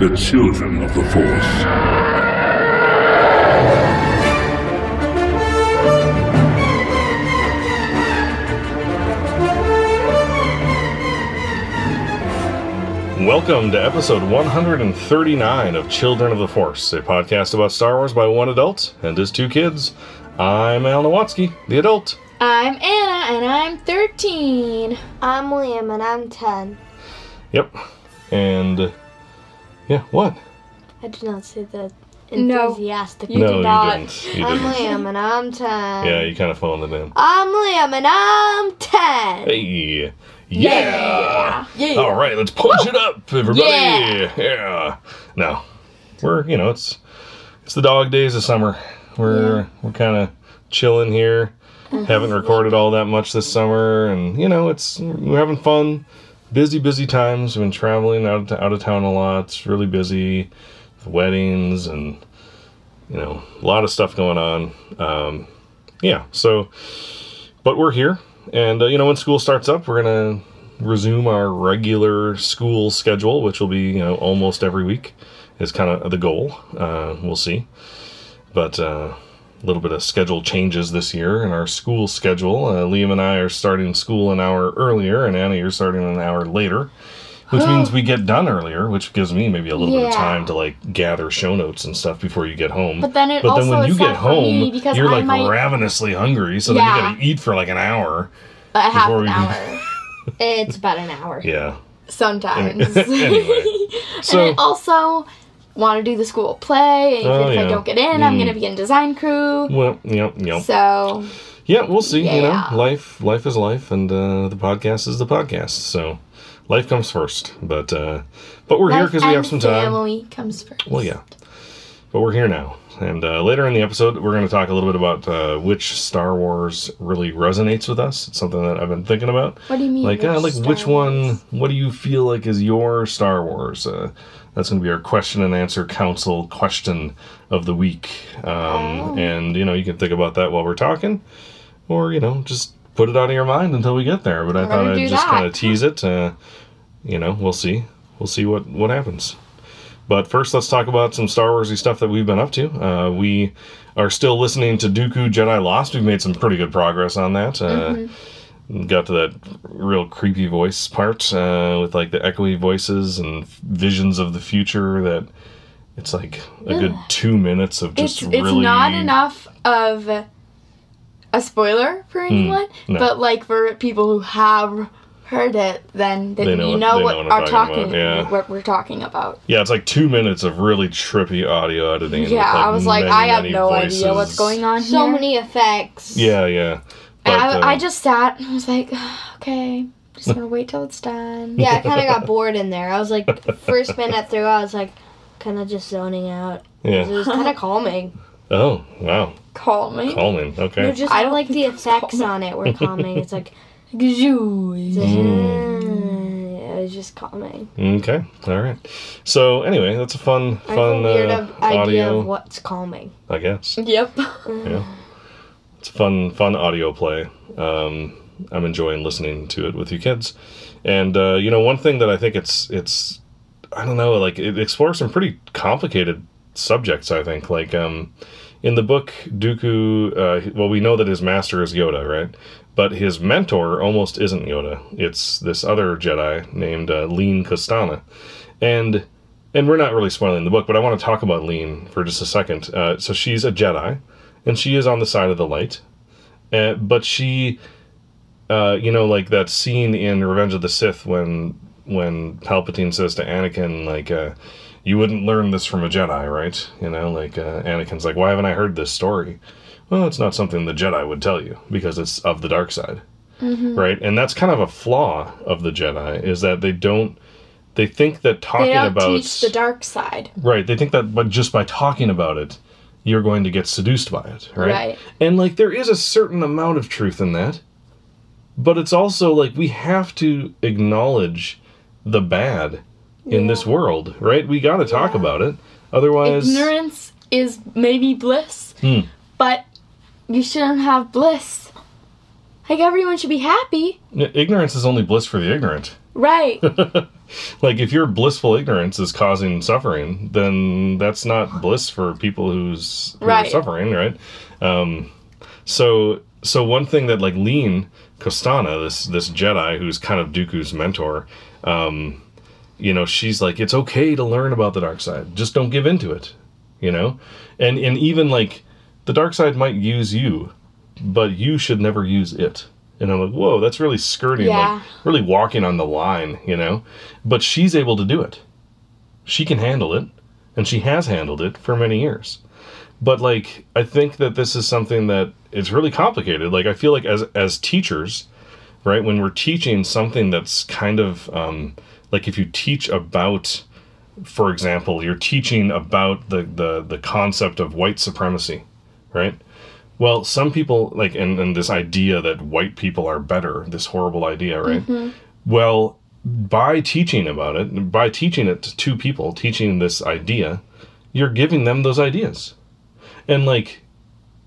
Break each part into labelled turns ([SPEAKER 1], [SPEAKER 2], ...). [SPEAKER 1] the children of the Force.
[SPEAKER 2] Welcome to episode 139 of Children of the Force, a podcast about Star Wars by one adult and his two kids. I'm Al Nowatsky, the adult.
[SPEAKER 3] I'm Anna and I'm 13.
[SPEAKER 4] I'm William and I'm 10.
[SPEAKER 2] Yep. And uh, yeah, what?
[SPEAKER 4] I did not say that
[SPEAKER 3] No.
[SPEAKER 4] enthusiastically.
[SPEAKER 3] You
[SPEAKER 2] no,
[SPEAKER 3] did
[SPEAKER 2] you
[SPEAKER 3] not. um,
[SPEAKER 2] didn't. You
[SPEAKER 4] I'm
[SPEAKER 2] didn't.
[SPEAKER 4] Liam and I'm 10.
[SPEAKER 2] Yeah, you kind of phoned it in.
[SPEAKER 4] I'm Liam and I'm 10.
[SPEAKER 2] Hey. Yeah.
[SPEAKER 3] Yeah.
[SPEAKER 2] All right, let's punch it up, everybody.
[SPEAKER 3] Yeah.
[SPEAKER 2] Yeah. No, we're you know it's it's the dog days of summer. We're we're kind of chilling here.
[SPEAKER 3] Mm-hmm.
[SPEAKER 2] Haven't recorded all that much this summer, and you know it's we're having fun. Busy, busy times. Been traveling out to, out of town a lot. It's really busy. Weddings and you know a lot of stuff going on. Um, yeah, so but we're here, and uh, you know when school starts up, we're gonna resume our regular school schedule, which will be you know almost every week, is kind of the goal. Uh, we'll see, but uh, a little bit of schedule changes this year in our school schedule. Uh, Liam and I are starting school an hour earlier, and Anna, you're starting an hour later. Which means we get done earlier, which gives me maybe a little bit of
[SPEAKER 3] Oh. Yeah.
[SPEAKER 2] time to like gather show notes and stuff before you get home.
[SPEAKER 3] But then it also
[SPEAKER 2] when
[SPEAKER 3] is
[SPEAKER 2] you
[SPEAKER 3] sad
[SPEAKER 2] get
[SPEAKER 3] for
[SPEAKER 2] home,
[SPEAKER 3] me because
[SPEAKER 2] you're
[SPEAKER 3] I
[SPEAKER 2] like
[SPEAKER 3] might-
[SPEAKER 2] ravenously hungry, so
[SPEAKER 3] Yeah.
[SPEAKER 2] then you gotta eat for like an hour.
[SPEAKER 3] A half
[SPEAKER 2] Before
[SPEAKER 3] an
[SPEAKER 2] we-
[SPEAKER 3] hour. it's about an hour.
[SPEAKER 2] Yeah.
[SPEAKER 3] Sometimes.
[SPEAKER 2] Anyway. So-
[SPEAKER 3] and I also want to do the school play. And
[SPEAKER 2] Oh,
[SPEAKER 3] if
[SPEAKER 2] yeah. Mm.
[SPEAKER 3] I don't get in, I'm going to be in design crew.
[SPEAKER 2] Well, yep, yep.
[SPEAKER 3] So,
[SPEAKER 2] yeah, we'll see. You know,
[SPEAKER 3] Yeah.
[SPEAKER 2] life, life is life, and uh, the podcast is the podcast. So, life comes first. But, uh, but we're here
[SPEAKER 3] life
[SPEAKER 2] because we have
[SPEAKER 3] and
[SPEAKER 2] some time.
[SPEAKER 3] Family comes first.
[SPEAKER 2] Well, yeah. But we're here now. And uh, later in the episode, we're going to talk a little bit about uh, which Star Wars really resonates with us. It's something that I've been thinking about.
[SPEAKER 3] What do you mean?
[SPEAKER 2] Like, uh, like
[SPEAKER 3] Star
[SPEAKER 2] which one?
[SPEAKER 3] Wars?
[SPEAKER 2] What do you feel like is your Star Wars? Uh, that's going to be our question and answer council question of the week. Um,
[SPEAKER 3] Oh.
[SPEAKER 2] And you know, you can think about that while we're talking, or you know, just put it out of your mind until we get there. But I
[SPEAKER 3] We're gonna
[SPEAKER 2] thought I'd
[SPEAKER 3] do
[SPEAKER 2] just
[SPEAKER 3] that.
[SPEAKER 2] kind of tease it. Uh, you know, we'll see. We'll see what what happens. But first, let's talk about some Star Warsy stuff that we've been up to. Uh, we are still listening to Dooku Jedi Lost. We've made some pretty good progress on that. Uh,
[SPEAKER 3] Mm-hmm.
[SPEAKER 2] Got to that real creepy voice part uh, with like the echoey voices and visions of the future. That it's like a good two minutes of
[SPEAKER 3] It's,
[SPEAKER 2] just
[SPEAKER 3] it's
[SPEAKER 2] really
[SPEAKER 3] not enough of a spoiler for anyone,
[SPEAKER 2] Hmm, no.
[SPEAKER 3] but like for people who have heard it, then, then
[SPEAKER 2] They know
[SPEAKER 3] you
[SPEAKER 2] what-
[SPEAKER 3] know
[SPEAKER 2] they
[SPEAKER 3] what,
[SPEAKER 2] know what I'm
[SPEAKER 3] are
[SPEAKER 2] talking
[SPEAKER 3] talking,
[SPEAKER 2] about, yeah.
[SPEAKER 3] what we're talking about.
[SPEAKER 2] Yeah, it's like two minutes of really trippy audio editing. with,
[SPEAKER 3] Yeah, I was like,
[SPEAKER 2] many,
[SPEAKER 3] I have
[SPEAKER 2] many
[SPEAKER 3] no idea what's
[SPEAKER 2] voices.
[SPEAKER 3] going on
[SPEAKER 4] So
[SPEAKER 3] here.
[SPEAKER 4] many effects.
[SPEAKER 2] Yeah, yeah. But,
[SPEAKER 3] I,
[SPEAKER 2] uh,
[SPEAKER 3] I just sat and was like, okay, just gonna wait till it's done.
[SPEAKER 4] Yeah, I kind of got bored in there. I was like, first minute through, I was like, kind of just zoning out. It
[SPEAKER 2] yeah.
[SPEAKER 4] was kind of calming.
[SPEAKER 2] Oh wow,
[SPEAKER 3] Call me.
[SPEAKER 2] calming. Okay.
[SPEAKER 4] You just
[SPEAKER 3] I
[SPEAKER 4] I
[SPEAKER 3] don't
[SPEAKER 4] like the effects on it were calming. It's like, gzoo. It's like,
[SPEAKER 2] Mm.
[SPEAKER 4] "Ah," It was just calming.
[SPEAKER 2] Okay. All right. So anyway, that's a fun,
[SPEAKER 4] I have a
[SPEAKER 2] fun
[SPEAKER 4] weird
[SPEAKER 2] uh,
[SPEAKER 4] of- idea
[SPEAKER 2] audio.
[SPEAKER 4] of what's calming.
[SPEAKER 2] I guess
[SPEAKER 3] Yep.
[SPEAKER 2] it's a fun, fun audio play. Um, I'm enjoying listening to it with you kids, and uh, you know, one thing that I think it's it's I don't know, like it explores some pretty complicated subjects. I think like um, in the book, Dooku. Uh, well, we know that his master is Yoda, right? But his mentor almost isn't Yoda. It's this other Jedi named uh, Lean Costana, and and we're not really spoiling the book, but I want to talk about Lean for just a second. Uh, so she's a Jedi, and she is on the side of the light, uh, but she, uh, you know, like that scene in Revenge of the Sith when when Palpatine says to Anakin, like, uh, "You wouldn't learn this from a Jedi, right?" You know, like uh, Anakin's like, "Why haven't I heard this story?" Well, it's not something the Jedi would tell you because it's of the dark side,
[SPEAKER 3] Mm-hmm.
[SPEAKER 2] right? And that's kind of a flaw of the Jedi is that they don't. They think that talking
[SPEAKER 3] They don't
[SPEAKER 2] about
[SPEAKER 3] teach the dark side.
[SPEAKER 2] Right. They think that but just by talking about it, you're going to get seduced by it, right?
[SPEAKER 3] Right.
[SPEAKER 2] And like there is a certain amount of truth in that. But it's also like we have to acknowledge the bad in this world, right? We got to talk about it. Otherwise,
[SPEAKER 3] Ignorance is maybe bliss,
[SPEAKER 2] Hmm.
[SPEAKER 3] but you shouldn't have bliss. Like everyone should be happy.
[SPEAKER 2] ignorance is only bliss for the ignorant.
[SPEAKER 3] Right.
[SPEAKER 2] like if your blissful ignorance is causing suffering then that's not bliss for people who's who are
[SPEAKER 3] Right.
[SPEAKER 2] suffering right um, so so one thing that like lean costana this this jedi who's kind of dooku's mentor um, you know she's like it's okay to learn about the dark side just don't give into it you know and and even like the dark side might use you but you should never use it and i'm like whoa that's really skirting
[SPEAKER 3] Yeah.
[SPEAKER 2] like really walking on the line you know but she's able to do it she can handle it and she has handled it for many years but like i think that this is something that it's really complicated like i feel like as as teachers right when we're teaching something that's kind of um, like if you teach about for example you're teaching about the, the the concept of white supremacy right well some people like and, and this idea that white people are better this horrible idea right
[SPEAKER 4] Mm-hmm.
[SPEAKER 2] well by teaching about it by teaching it to two people teaching this idea you're giving them those ideas and like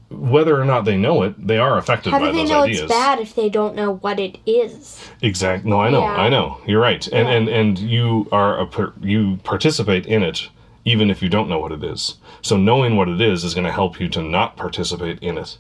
[SPEAKER 2] whether or not they know it they are affected
[SPEAKER 4] How
[SPEAKER 2] by
[SPEAKER 4] do they
[SPEAKER 2] those
[SPEAKER 4] know
[SPEAKER 2] ideas
[SPEAKER 4] it's bad if they don't know what it is?
[SPEAKER 2] Exactly. No, I know.
[SPEAKER 4] Yeah.
[SPEAKER 2] I know. You're right. And and and you are a per- you participate in it even if you don't know what it is. So knowing what it is is going to help you to not participate in it.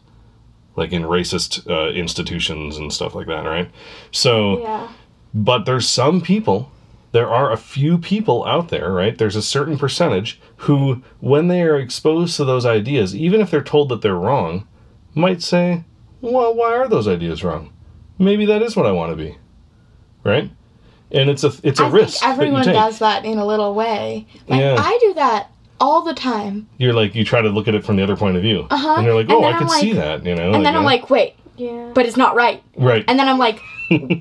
[SPEAKER 2] Like in racist uh, institutions and stuff like that, right? So
[SPEAKER 4] Yeah.
[SPEAKER 2] but there's some people there are a few people out there right there's a certain percentage who when they are exposed to those ideas even if they're told that they're wrong might say well why are those ideas wrong maybe that is what i want to be right and it's a it's a
[SPEAKER 3] I
[SPEAKER 2] risk
[SPEAKER 3] think everyone
[SPEAKER 2] that you take.
[SPEAKER 3] does that in a little way. Like
[SPEAKER 2] Yeah.
[SPEAKER 3] I do that all the time.
[SPEAKER 2] you're like you try to look at it from the other point of view
[SPEAKER 3] Uh-huh.
[SPEAKER 2] and you're like
[SPEAKER 3] And
[SPEAKER 2] oh
[SPEAKER 3] then
[SPEAKER 2] i
[SPEAKER 3] I'm
[SPEAKER 2] could
[SPEAKER 3] like-
[SPEAKER 2] see that you know uh,
[SPEAKER 3] And then I'm like, wait,
[SPEAKER 4] Yeah.
[SPEAKER 3] but it's not right.
[SPEAKER 2] right
[SPEAKER 3] And then I'm like,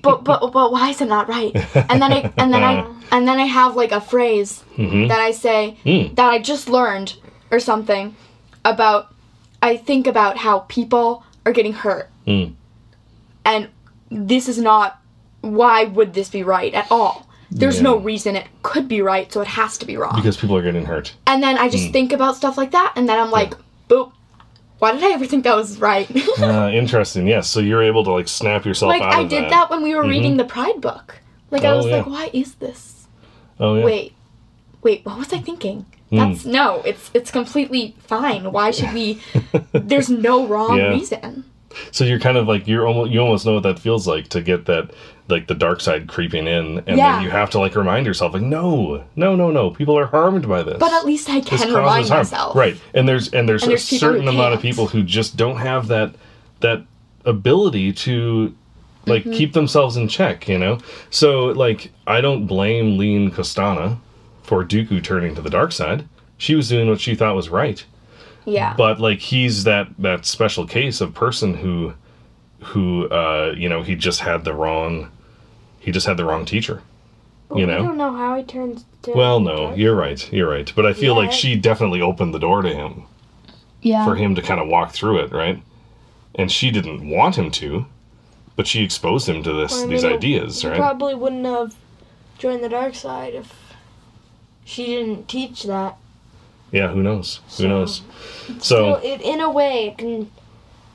[SPEAKER 3] but but but why is it not right? And then I and then I and then I have like a phrase
[SPEAKER 2] Mhm.
[SPEAKER 3] that I say
[SPEAKER 2] Mm.
[SPEAKER 3] that I just learned or something about I think about how people are getting hurt.
[SPEAKER 2] Mm.
[SPEAKER 3] And this is not why would this be right at all? There's
[SPEAKER 2] Yeah.
[SPEAKER 3] no reason it could be right, so it has to be wrong.
[SPEAKER 2] because Hmm. people are getting hurt
[SPEAKER 3] and then I just think about stuff like that, and then I'm like, boop, why did I ever think that was right?
[SPEAKER 2] uh, interesting yes so you're able to like snap yourself
[SPEAKER 3] like,
[SPEAKER 2] out
[SPEAKER 3] I
[SPEAKER 2] of
[SPEAKER 3] did that when we were reading the Pride book. Like, I
[SPEAKER 2] Mm-hmm. Oh,
[SPEAKER 3] was
[SPEAKER 2] yeah.
[SPEAKER 3] like, why is this?
[SPEAKER 2] oh Hmm. yeah
[SPEAKER 3] Wait, wait, what was I thinking? That's no, it's it's completely fine. Why should we? There's no wrong
[SPEAKER 2] Yeah.
[SPEAKER 3] reason.
[SPEAKER 2] So you're kind of like you're almost you almost know what that feels like to get that like the dark side creeping in, and
[SPEAKER 3] Yeah.
[SPEAKER 2] then you have to like remind yourself like no, no, no, no, people are harmed by this.
[SPEAKER 3] But at least I
[SPEAKER 2] this
[SPEAKER 3] can remind
[SPEAKER 2] harm.
[SPEAKER 3] myself.
[SPEAKER 2] right? And there's and there's
[SPEAKER 3] And
[SPEAKER 2] a
[SPEAKER 3] there's people who
[SPEAKER 2] certain amount of
[SPEAKER 3] can't.
[SPEAKER 2] people who just don't have that that ability to like
[SPEAKER 3] Mm-hmm.
[SPEAKER 2] keep themselves in check, you know. So like I don't blame Lean Costana for Dooku turning to the dark side. She was doing what she thought was right
[SPEAKER 3] Yeah.
[SPEAKER 2] but like he's that that special case of person who who uh you know he just had the wrong he just had the wrong teacher you
[SPEAKER 4] I
[SPEAKER 2] know
[SPEAKER 4] don't know how he turns. To
[SPEAKER 2] well no you're right you're right but i feel like
[SPEAKER 4] Yeah.
[SPEAKER 2] she definitely opened the door to him
[SPEAKER 3] yeah.
[SPEAKER 2] for him to kind of walk through it right and she didn't want him to but she exposed him to this
[SPEAKER 4] Well, I
[SPEAKER 2] these
[SPEAKER 4] mean,
[SPEAKER 2] ideas
[SPEAKER 4] He
[SPEAKER 2] right
[SPEAKER 4] probably wouldn't have joined the dark side if she didn't teach that.
[SPEAKER 2] yeah who knows who knows so Oh.
[SPEAKER 4] Well, it, in a way, it can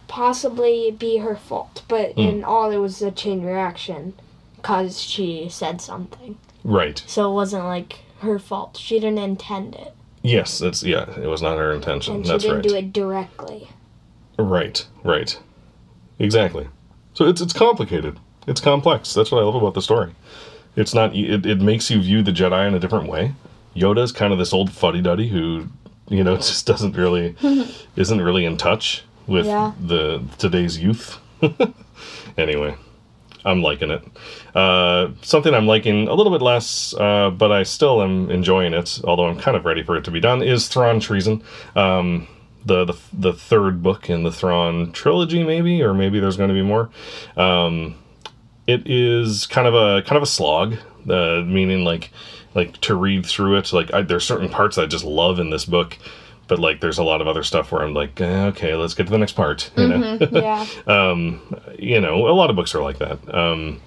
[SPEAKER 4] possibly be her fault,
[SPEAKER 2] Hmm.
[SPEAKER 4] but in all, it was a chain reaction because she said something.
[SPEAKER 2] right
[SPEAKER 4] So it wasn't like her fault. She didn't intend it,
[SPEAKER 2] yes that's yeah it was not her intention
[SPEAKER 4] and she
[SPEAKER 2] that's
[SPEAKER 4] didn't
[SPEAKER 2] right
[SPEAKER 4] do it directly.
[SPEAKER 2] Right, right. Exactly. So it's it's complicated. It's complex. That's what I love about the story. It's not e, it, it makes you view the Jedi in a different way. Yoda's kind of this old fuddy-duddy who, you know, just doesn't really isn't really in touch with
[SPEAKER 4] Yeah.
[SPEAKER 2] the today's youth. anyway, I'm liking it. Uh, something I'm liking a little bit less, uh, but I still am enjoying it. Although I'm kind of ready for it to be done. Is Thrawn Treason, um, the, the the third book in the Thrawn trilogy, maybe, or maybe there's going to be more. Um, it is kind of a kind of a slog, uh, meaning like like to read through it. Like I, there's certain parts I just love in this book. But like, there's a lot of other stuff where I'm like, eh, okay, let's get to the next part. You know, Um,
[SPEAKER 4] yeah,
[SPEAKER 3] Mm-hmm.
[SPEAKER 2] you know, a lot of books are like that. Um,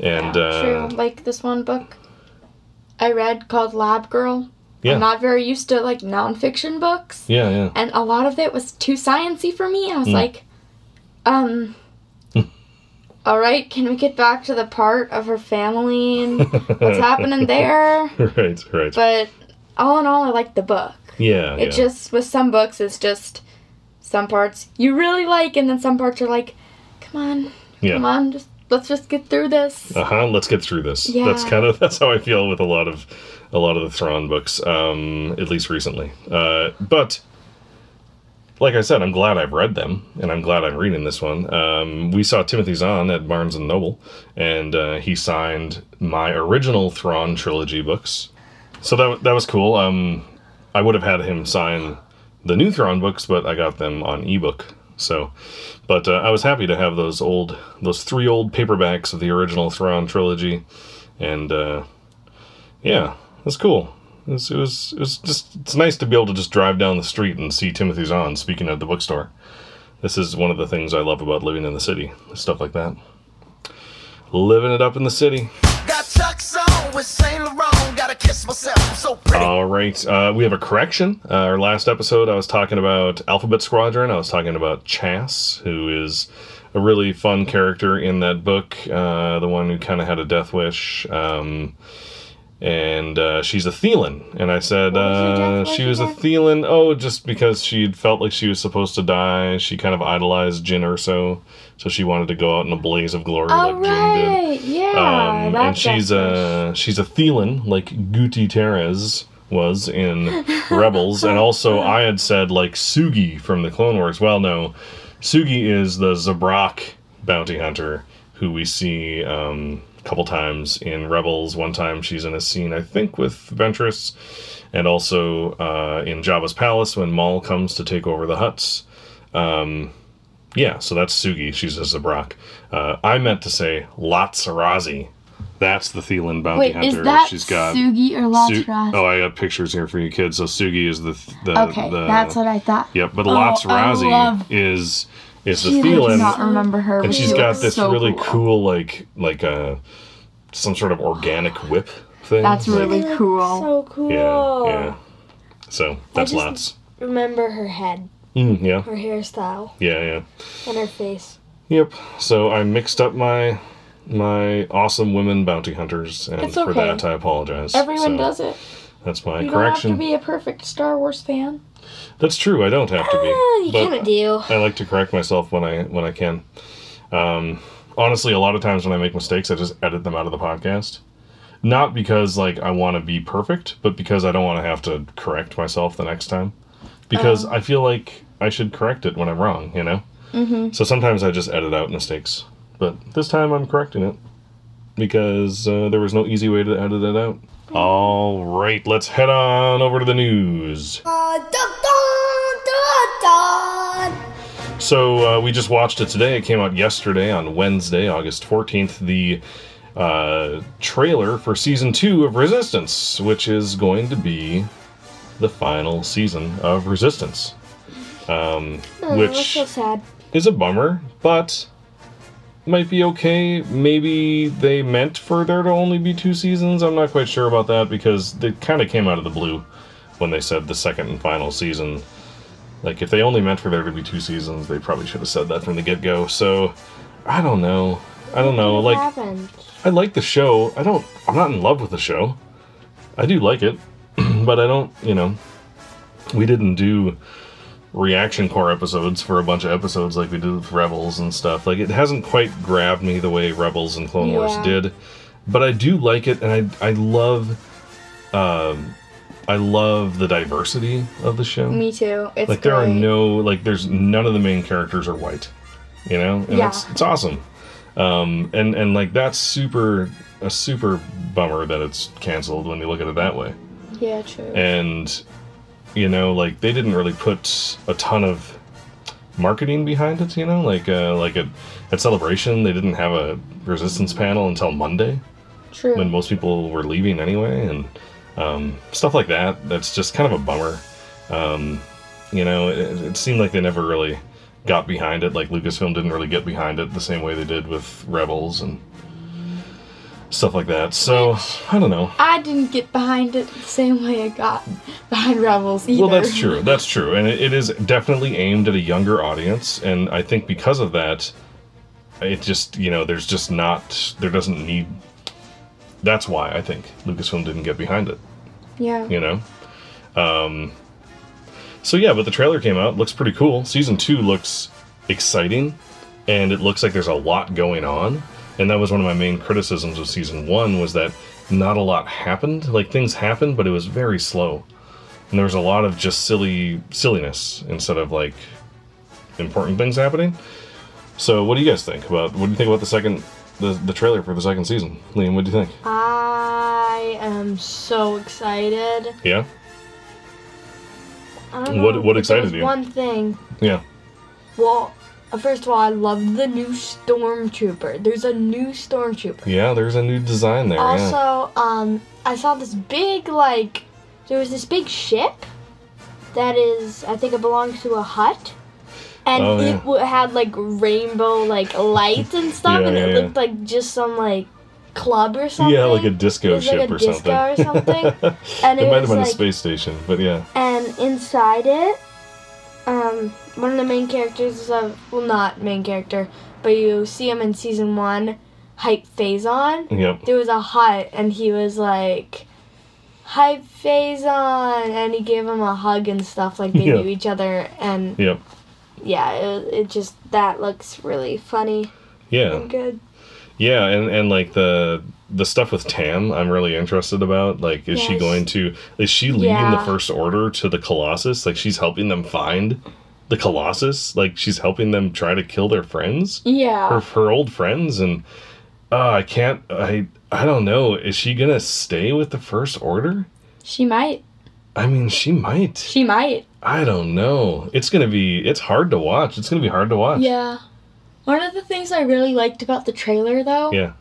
[SPEAKER 2] and
[SPEAKER 3] True.
[SPEAKER 2] uh,
[SPEAKER 3] Like this one book I read called Lab Girl.
[SPEAKER 2] Yeah.
[SPEAKER 3] I'm not very used to like nonfiction books,
[SPEAKER 2] yeah, yeah,
[SPEAKER 3] and a
[SPEAKER 2] Hmm.
[SPEAKER 3] lot of it was too sciency for me. I was like, um, all right, can we get back to the part of her family and what's happening there?
[SPEAKER 2] right, right.
[SPEAKER 3] But all in all, I liked the book.
[SPEAKER 2] yeah, yeah.
[SPEAKER 3] It just, with some books, it's just some parts you really like, and then some parts are like, come on,
[SPEAKER 2] yeah.
[SPEAKER 3] come on, just let's just get through this.
[SPEAKER 2] Uh huh. Let's get through this.
[SPEAKER 3] Yeah.
[SPEAKER 2] That's kind of that's how I feel with a lot of a lot of the Thrawn books, um, at least recently. Uh, but like I said, I'm glad I've read them, and I'm glad I'm reading this one. Um, we saw Timothy Zahn at Barnes and Noble, and uh, he signed my original Thrawn trilogy books. So that that was cool. Um, I would have had him sign the new Thrawn books, but I got them on ebook. So, but uh, I was happy to have those old, those three old paperbacks of the original Thrawn trilogy, and uh, yeah, that's cool. It was, it was, it was just, it's nice to be able to just drive down the street and see Timothy Zahn speaking at the bookstore. This is one of the things I love about living in the city, stuff like that. Living it up in the city.
[SPEAKER 5] Got Chuck's on with Saint Laurent. Gotta kiss myself. I'm so pretty.
[SPEAKER 2] All right. Uh, we have a correction. Uh, our last episode, I was talking about Alphabet Squadron. I was talking about Chas, who is a really fun character in that book, uh, the one who kind of had a death wish. Um, and uh, she's a Thelan. And I said
[SPEAKER 4] was her
[SPEAKER 2] uh,
[SPEAKER 4] death
[SPEAKER 2] she
[SPEAKER 4] wish
[SPEAKER 2] was a
[SPEAKER 4] again?
[SPEAKER 2] Thelan, oh, just because she felt like she was supposed to die. She kind of idolized Jin Erso, so she wanted to go out in a blaze of
[SPEAKER 4] Oh,
[SPEAKER 2] glory
[SPEAKER 3] All
[SPEAKER 2] like Jin did.
[SPEAKER 3] right, yeah,
[SPEAKER 2] Um,
[SPEAKER 3] that
[SPEAKER 2] and she's
[SPEAKER 3] definitely-
[SPEAKER 2] a she's a Thelan, like Guti Teres was in Rebels, and also I had said like Sugi from the Clone Wars. Well, no, Sugi is the Zabrak bounty hunter who we see um, a couple times in Rebels. One time she's in a scene I think with Ventress, and also uh, in Jabba's palace when Maul comes to take over the huts. Yeah, so that's Sugi. She's a Zabrak. Uh, I meant to say Latsarazi. That's the Thelan bounty
[SPEAKER 3] Wait,
[SPEAKER 2] hunter.
[SPEAKER 3] is that
[SPEAKER 2] She's got
[SPEAKER 3] Sugi or
[SPEAKER 2] Su-
[SPEAKER 3] Latras?
[SPEAKER 2] oh, I got pictures here for you kids. So Sugi is the th- the
[SPEAKER 3] okay,
[SPEAKER 2] the,
[SPEAKER 3] that's what I thought.
[SPEAKER 2] Yep, but
[SPEAKER 6] I
[SPEAKER 2] Latsarazi
[SPEAKER 6] love-
[SPEAKER 2] is is the
[SPEAKER 6] She does
[SPEAKER 2] Thelan,
[SPEAKER 6] not remember her.
[SPEAKER 2] and
[SPEAKER 6] but
[SPEAKER 2] she's
[SPEAKER 6] she
[SPEAKER 2] got
[SPEAKER 6] looks
[SPEAKER 2] this
[SPEAKER 6] so
[SPEAKER 2] really cool. like like uh, some sort of organic whip thing.
[SPEAKER 6] That's
[SPEAKER 2] Like-
[SPEAKER 6] really cool.
[SPEAKER 4] So cool.
[SPEAKER 2] yeah yeah. So that's Lats.
[SPEAKER 4] just- Remember her head,
[SPEAKER 2] Mm, yeah
[SPEAKER 4] her hairstyle,
[SPEAKER 2] yeah yeah.
[SPEAKER 4] and her face.
[SPEAKER 2] Yep. So I mixed up my my awesome women bounty hunters, and
[SPEAKER 3] It's
[SPEAKER 2] for
[SPEAKER 3] okay.
[SPEAKER 2] that I apologize.
[SPEAKER 3] Everyone
[SPEAKER 2] So
[SPEAKER 3] does it.
[SPEAKER 2] That's my
[SPEAKER 3] You
[SPEAKER 2] correction.
[SPEAKER 3] don't have to be a perfect Star Wars fan.
[SPEAKER 2] That's true. I don't have
[SPEAKER 3] Ah,
[SPEAKER 2] to be,
[SPEAKER 4] Oh, you kind of
[SPEAKER 2] but
[SPEAKER 4] do.
[SPEAKER 2] I like to correct myself when I when I can. Um, honestly, a lot of times when I make mistakes, I just edit them out of the podcast. Not because like I want to be perfect, but because I don't want to have to correct myself the next time. Because I feel like I should correct it when I'm wrong, you know. Mm-hmm. So sometimes I just edit out mistakes, but this time I'm correcting it because uh, there was no easy way to edit it out. All right, let's head on over to the news. So uh, we just watched it today. It came out yesterday on Wednesday, August 14th. The uh, trailer for season two of Resistance, which is going to be the final season of Resistance, um,
[SPEAKER 4] Oh, that's
[SPEAKER 2] which
[SPEAKER 4] so sad.
[SPEAKER 2] is a bummer, but might be okay. Maybe they meant for there to only be two seasons. I'm not quite sure about that because they kind of came out of the blue when they said the second and final season. Like, if they only meant for there to be two seasons, they probably should have said that from the get go. So, I don't know. I don't know.
[SPEAKER 4] What
[SPEAKER 2] Oh, Like,
[SPEAKER 4] happened?
[SPEAKER 2] I like the show. I don't. I'm not in love with the show. I do like it, but I don't. You know, we didn't do reaction core episodes for a bunch of episodes like we did with Rebels and stuff. Like it hasn't quite grabbed me the way Rebels and Clone Wars
[SPEAKER 4] Yeah.
[SPEAKER 2] did, but I do like it, and I I love. Um, I love the diversity of the show.
[SPEAKER 3] Me too. It's
[SPEAKER 2] like there are
[SPEAKER 3] great.
[SPEAKER 2] no like there's none of the main characters are white you know and
[SPEAKER 3] Yeah.
[SPEAKER 2] it's, it's awesome um and and like that's super a super bummer that it's canceled when you look at it that way
[SPEAKER 3] Yeah, true.
[SPEAKER 2] and you know like they didn't really put a ton of marketing behind it you know like uh like at, at celebration they didn't have a resistance panel until monday
[SPEAKER 3] true.
[SPEAKER 2] when most people were leaving anyway, and um, stuff like that. That's just kind of a bummer. Um, you know, it, it seemed like they never really got behind it. Like Lucasfilm didn't really get behind it the same way they did with Rebels and stuff like that. So I don't know.
[SPEAKER 3] I didn't get behind it the same way I got behind Rebels either.
[SPEAKER 2] Well, that's true. That's true, and it, it is definitely aimed at a younger audience, and I think because of that, it just you know there's just not there doesn't need. That's why I think Lucasfilm didn't get behind it.
[SPEAKER 3] Yeah.
[SPEAKER 2] You know. Um, so yeah, but the trailer came out. Looks pretty cool. Season two looks exciting, and it looks like there's a lot going on. And that was one of my main criticisms of season one was that not a lot happened. Like things happened, but it was very slow, and there was a lot of just silly silliness instead of like important things happening. So what do you guys think about? What do you think about the second the the trailer for the second season, Liam? What do you think?
[SPEAKER 4] I am so excited.
[SPEAKER 2] Yeah,
[SPEAKER 4] I don't know,
[SPEAKER 2] What- what
[SPEAKER 4] but there
[SPEAKER 2] excited
[SPEAKER 4] was
[SPEAKER 2] you?
[SPEAKER 4] One thing.
[SPEAKER 2] yeah,
[SPEAKER 4] Well, uh, first of all, I love the new stormtrooper. There's a new stormtrooper.
[SPEAKER 2] yeah. There's a new design there. Oh, yeah.
[SPEAKER 4] Also, um, I saw this big like there was this big ship that is I think it belongs to a hut. And
[SPEAKER 2] Oh, yeah.
[SPEAKER 4] it w- had like rainbow like lights and stuff,
[SPEAKER 2] Yeah,
[SPEAKER 4] and
[SPEAKER 2] yeah,
[SPEAKER 4] it
[SPEAKER 2] yeah.
[SPEAKER 4] looked like just some like club or something.
[SPEAKER 2] Yeah, like a disco
[SPEAKER 4] It was like
[SPEAKER 2] ship
[SPEAKER 4] a
[SPEAKER 2] or
[SPEAKER 4] disco
[SPEAKER 2] something.
[SPEAKER 4] or something. And
[SPEAKER 2] it
[SPEAKER 4] it
[SPEAKER 2] might have
[SPEAKER 4] was
[SPEAKER 2] been a
[SPEAKER 4] like-
[SPEAKER 2] space station, but yeah.
[SPEAKER 4] and inside it, um, one of the main characters is a well, not main character, but you see him in season one, hype Phazon.
[SPEAKER 2] Yep.
[SPEAKER 4] There was a hut, and he was like, "Hype Phazon," and he gave him a hug and stuff, like they
[SPEAKER 2] Yeah.
[SPEAKER 4] knew each other, and
[SPEAKER 2] Yep.
[SPEAKER 4] yeah, it, it just that looks really funny
[SPEAKER 2] Yeah.
[SPEAKER 4] and good.
[SPEAKER 2] Yeah, and, and like the the stuff with Tam, I'm really interested about. Like, is she
[SPEAKER 4] Yes.
[SPEAKER 2] going to is she leading the
[SPEAKER 4] Yeah.
[SPEAKER 2] First Order to the Colossus? Like, she's helping them find the Colossus. Like, she's helping them try to kill their friends, her
[SPEAKER 3] Yeah.
[SPEAKER 2] her old friends, and uh, I can't. I I don't know. Is she gonna stay with the First Order?
[SPEAKER 3] She might.
[SPEAKER 2] I mean, she might.
[SPEAKER 3] She might.
[SPEAKER 2] I don't know. It's gonna be. It's hard to watch. It's gonna be hard to watch.
[SPEAKER 3] Yeah. One of the things I really liked about the trailer, though,
[SPEAKER 2] Yeah.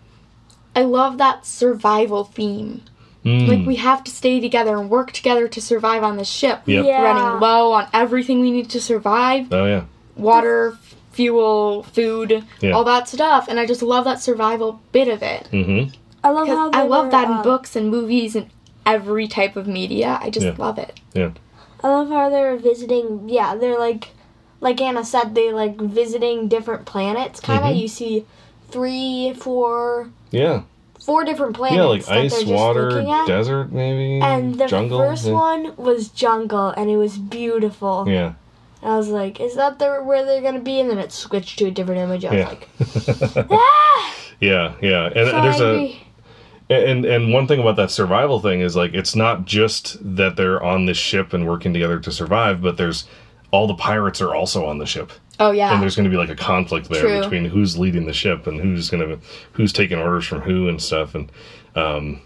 [SPEAKER 3] I love that survival theme.
[SPEAKER 2] Mm.
[SPEAKER 3] Like, we have to stay together and work together to survive on the ship.
[SPEAKER 2] Yep.
[SPEAKER 4] Yeah.
[SPEAKER 3] Running low on everything we need to survive
[SPEAKER 2] Oh yeah.
[SPEAKER 3] water, f- fuel, food,
[SPEAKER 2] Yeah.
[SPEAKER 3] all that stuff. And I just love that survival bit of it.
[SPEAKER 2] Mm-hmm.
[SPEAKER 4] I love how
[SPEAKER 3] Because
[SPEAKER 4] they
[SPEAKER 3] I love
[SPEAKER 4] were,
[SPEAKER 3] that in
[SPEAKER 4] um,
[SPEAKER 3] books and movies and every type of media. I just
[SPEAKER 2] Yeah.
[SPEAKER 3] love it.
[SPEAKER 2] Yeah.
[SPEAKER 4] I love how they're visiting. Yeah, they're like, like Anna said, they like visiting different planets. Kind of, you see three, four,
[SPEAKER 2] Yeah.
[SPEAKER 4] four different planets.
[SPEAKER 2] Yeah, like
[SPEAKER 4] that they're
[SPEAKER 2] ice,
[SPEAKER 4] just
[SPEAKER 2] water,
[SPEAKER 4] looking at.
[SPEAKER 2] desert, maybe.
[SPEAKER 4] And the
[SPEAKER 2] jungle.
[SPEAKER 4] first
[SPEAKER 2] yeah.
[SPEAKER 4] one was jungle, and it was beautiful.
[SPEAKER 2] Yeah.
[SPEAKER 4] And I was like, "Is that the, where they're gonna be?" And then it switched to a different image. I was
[SPEAKER 2] Yeah.
[SPEAKER 4] like, "Ah!"
[SPEAKER 2] Yeah, yeah. And
[SPEAKER 4] So
[SPEAKER 2] there's a
[SPEAKER 4] angry.
[SPEAKER 2] and and one thing about that survival thing is like it's not just that they're on this ship and working together to survive, but there's all the pirates are also on the ship.
[SPEAKER 3] Oh, yeah.
[SPEAKER 2] And there's going to be like a conflict there
[SPEAKER 3] True.
[SPEAKER 2] between who's leading the ship and who's going to who's taking orders from who and stuff. And um,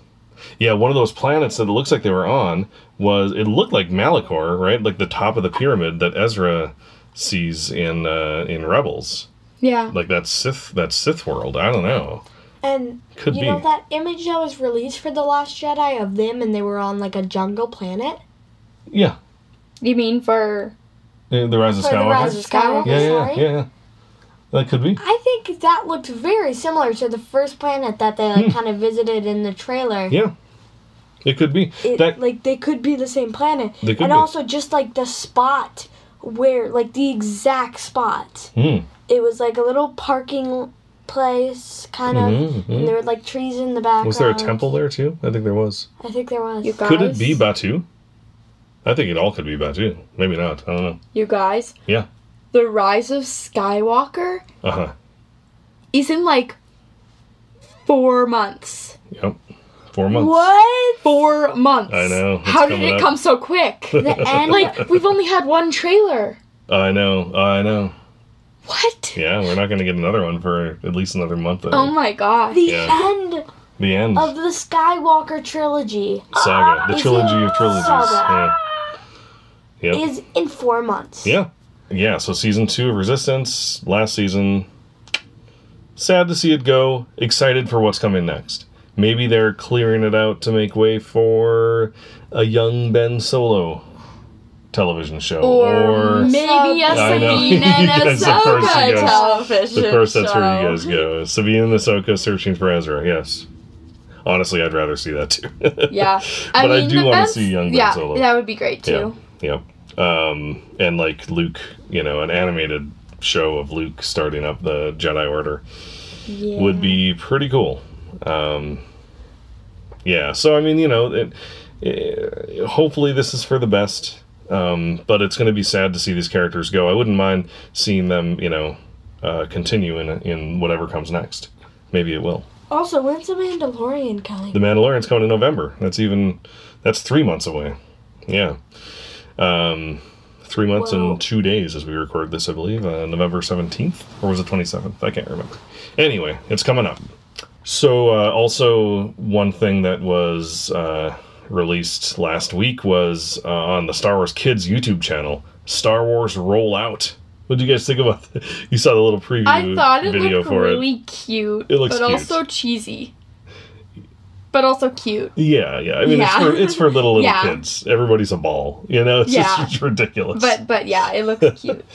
[SPEAKER 2] yeah, one of those planets that it looks like they were on was it looked like Malachor, right? Like the top of the pyramid that Ezra sees in uh, in Rebels.
[SPEAKER 3] yeah.
[SPEAKER 2] Like that Sith that Sith world. I don't know.
[SPEAKER 4] And
[SPEAKER 2] Could
[SPEAKER 4] you
[SPEAKER 2] be.
[SPEAKER 4] know that image that was released for the Last Jedi of them, and they were on like a jungle planet.
[SPEAKER 2] Yeah,
[SPEAKER 3] You mean for.
[SPEAKER 2] the, the Rise of
[SPEAKER 4] For the
[SPEAKER 2] Skywalker.
[SPEAKER 4] Rise of Skywalker.
[SPEAKER 2] yeah, yeah, yeah,
[SPEAKER 4] sorry.
[SPEAKER 2] yeah. That could be.
[SPEAKER 4] I think that looked very similar to the first planet that they like
[SPEAKER 2] Hmm.
[SPEAKER 4] kind of visited in the trailer.
[SPEAKER 2] Yeah, it could be.
[SPEAKER 4] It,
[SPEAKER 2] that
[SPEAKER 4] like they could be the same planet,
[SPEAKER 2] They could
[SPEAKER 4] and
[SPEAKER 2] be.
[SPEAKER 4] also just like the spot where, like the exact spot,
[SPEAKER 2] Hmm.
[SPEAKER 4] it was like a little parking place kind of,
[SPEAKER 2] Mhm, mhm.
[SPEAKER 4] and there were like trees in the background.
[SPEAKER 2] was there a temple there too? I think there was.
[SPEAKER 4] I think there was.
[SPEAKER 3] You guys?
[SPEAKER 2] Could it be Batu? I think it all could be Batu. Maybe not. I don't know.
[SPEAKER 3] You guys?
[SPEAKER 2] Yeah.
[SPEAKER 3] The Rise of Skywalker
[SPEAKER 2] Uh huh.
[SPEAKER 3] is in like four months.
[SPEAKER 2] Yep. Four months.
[SPEAKER 4] what?
[SPEAKER 3] Four months.
[SPEAKER 2] I know, it's
[SPEAKER 3] How did
[SPEAKER 2] coming
[SPEAKER 3] it
[SPEAKER 2] up.
[SPEAKER 3] come so quick?
[SPEAKER 4] The end.
[SPEAKER 3] like, we've only had one trailer.
[SPEAKER 2] I know. I know.
[SPEAKER 3] What?
[SPEAKER 2] Yeah, we're not going to get another one for at least another month. I
[SPEAKER 3] Oh
[SPEAKER 2] think.
[SPEAKER 3] my god.
[SPEAKER 4] the
[SPEAKER 2] Yeah.
[SPEAKER 4] end
[SPEAKER 2] the end
[SPEAKER 4] Um, of the Skywalker trilogy
[SPEAKER 2] saga, the
[SPEAKER 4] is
[SPEAKER 2] trilogy
[SPEAKER 4] it-
[SPEAKER 2] of trilogies.
[SPEAKER 4] Saga.
[SPEAKER 2] Yeah. Yep.
[SPEAKER 4] is in four months.
[SPEAKER 2] Yeah. Yeah, so season two of Resistance, last season. Sad to see it go, excited for what's coming next. Maybe they're clearing it out to make way for a young Ben Solo television show.
[SPEAKER 3] Or, maybe a
[SPEAKER 2] I know.
[SPEAKER 3] Sabine and a
[SPEAKER 2] Yes, of course you
[SPEAKER 3] Ahsoka
[SPEAKER 2] guys-
[SPEAKER 3] television
[SPEAKER 2] of course, that's where you
[SPEAKER 3] show.
[SPEAKER 2] guys go. Sabine and Ahsoka searching for Ezra, yes. Honestly, I'd rather see that too.
[SPEAKER 3] Yeah,
[SPEAKER 2] But I
[SPEAKER 3] mean,
[SPEAKER 2] do
[SPEAKER 3] the
[SPEAKER 2] wanna
[SPEAKER 3] best-
[SPEAKER 2] see young Ben
[SPEAKER 3] yeah,
[SPEAKER 2] Solo.
[SPEAKER 3] That would be great too.
[SPEAKER 2] Yeah. yeah. Um, and like Luke, you know, an animated show of Luke starting up the Jedi Order
[SPEAKER 3] Yeah.
[SPEAKER 2] would be pretty cool. Um, yeah, so I mean, you know, it, eh, hopefully this is for the best. Um, but it's going to be sad to see these characters go. I wouldn't mind seeing them, you know, uh, continue in in whatever comes next. Maybe it will.
[SPEAKER 4] Also, when's the Mandalorian coming?
[SPEAKER 2] The Mandalorian's coming in November. That's even that's three months away. Yeah, um, three months
[SPEAKER 4] Wow.
[SPEAKER 2] and two days as we record this, I believe, uh, November seventeenth or was it twenty seventh? I can't remember. Anyway, it's coming up. So uh, also one thing that was uh, released last week was uh, on the Star Wars Kids YouTube channel, Star Wars Rollout. What do you guys think about? you saw the little preview
[SPEAKER 3] I thought it
[SPEAKER 2] video
[SPEAKER 3] looked
[SPEAKER 2] for it.
[SPEAKER 3] really cute,
[SPEAKER 2] It looks
[SPEAKER 3] but
[SPEAKER 2] cute.
[SPEAKER 3] also cheesy, but also cute.
[SPEAKER 2] Yeah, yeah. I mean, it's
[SPEAKER 3] Yeah.
[SPEAKER 2] for it's for little little
[SPEAKER 3] Yeah.
[SPEAKER 2] kids. Everybody's a ball. You know, it's
[SPEAKER 3] Yeah.
[SPEAKER 2] just it's ridiculous.
[SPEAKER 3] But but yeah, it looks cute.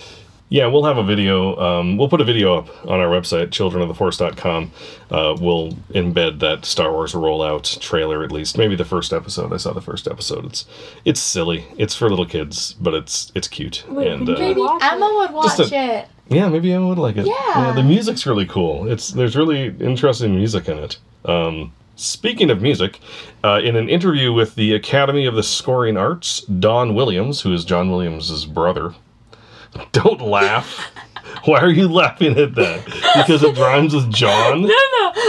[SPEAKER 2] yeah, we'll have a video. Um, we'll put a video up on our website, childrenoftheforce.com. Uh, we'll embed that Star Wars rollout trailer, at least maybe the first episode. I saw the first episode. It's it's silly. It's for little kids, but it's it's cute.
[SPEAKER 4] Wait,
[SPEAKER 2] and
[SPEAKER 4] can
[SPEAKER 2] uh,
[SPEAKER 4] you-
[SPEAKER 3] Maybe
[SPEAKER 4] Watch
[SPEAKER 3] Emma would watch
[SPEAKER 2] Just a-
[SPEAKER 3] it.
[SPEAKER 2] yeah, maybe I would like it.
[SPEAKER 3] Yeah.
[SPEAKER 2] the music's really cool. It's there's really interesting music in it. Um, speaking of music, uh, in an interview with the Academy of the Scoring Arts, Don Williams, who is John Williams' brother, don't laugh. Why are you laughing at that? Because it rhymes with John.
[SPEAKER 3] no.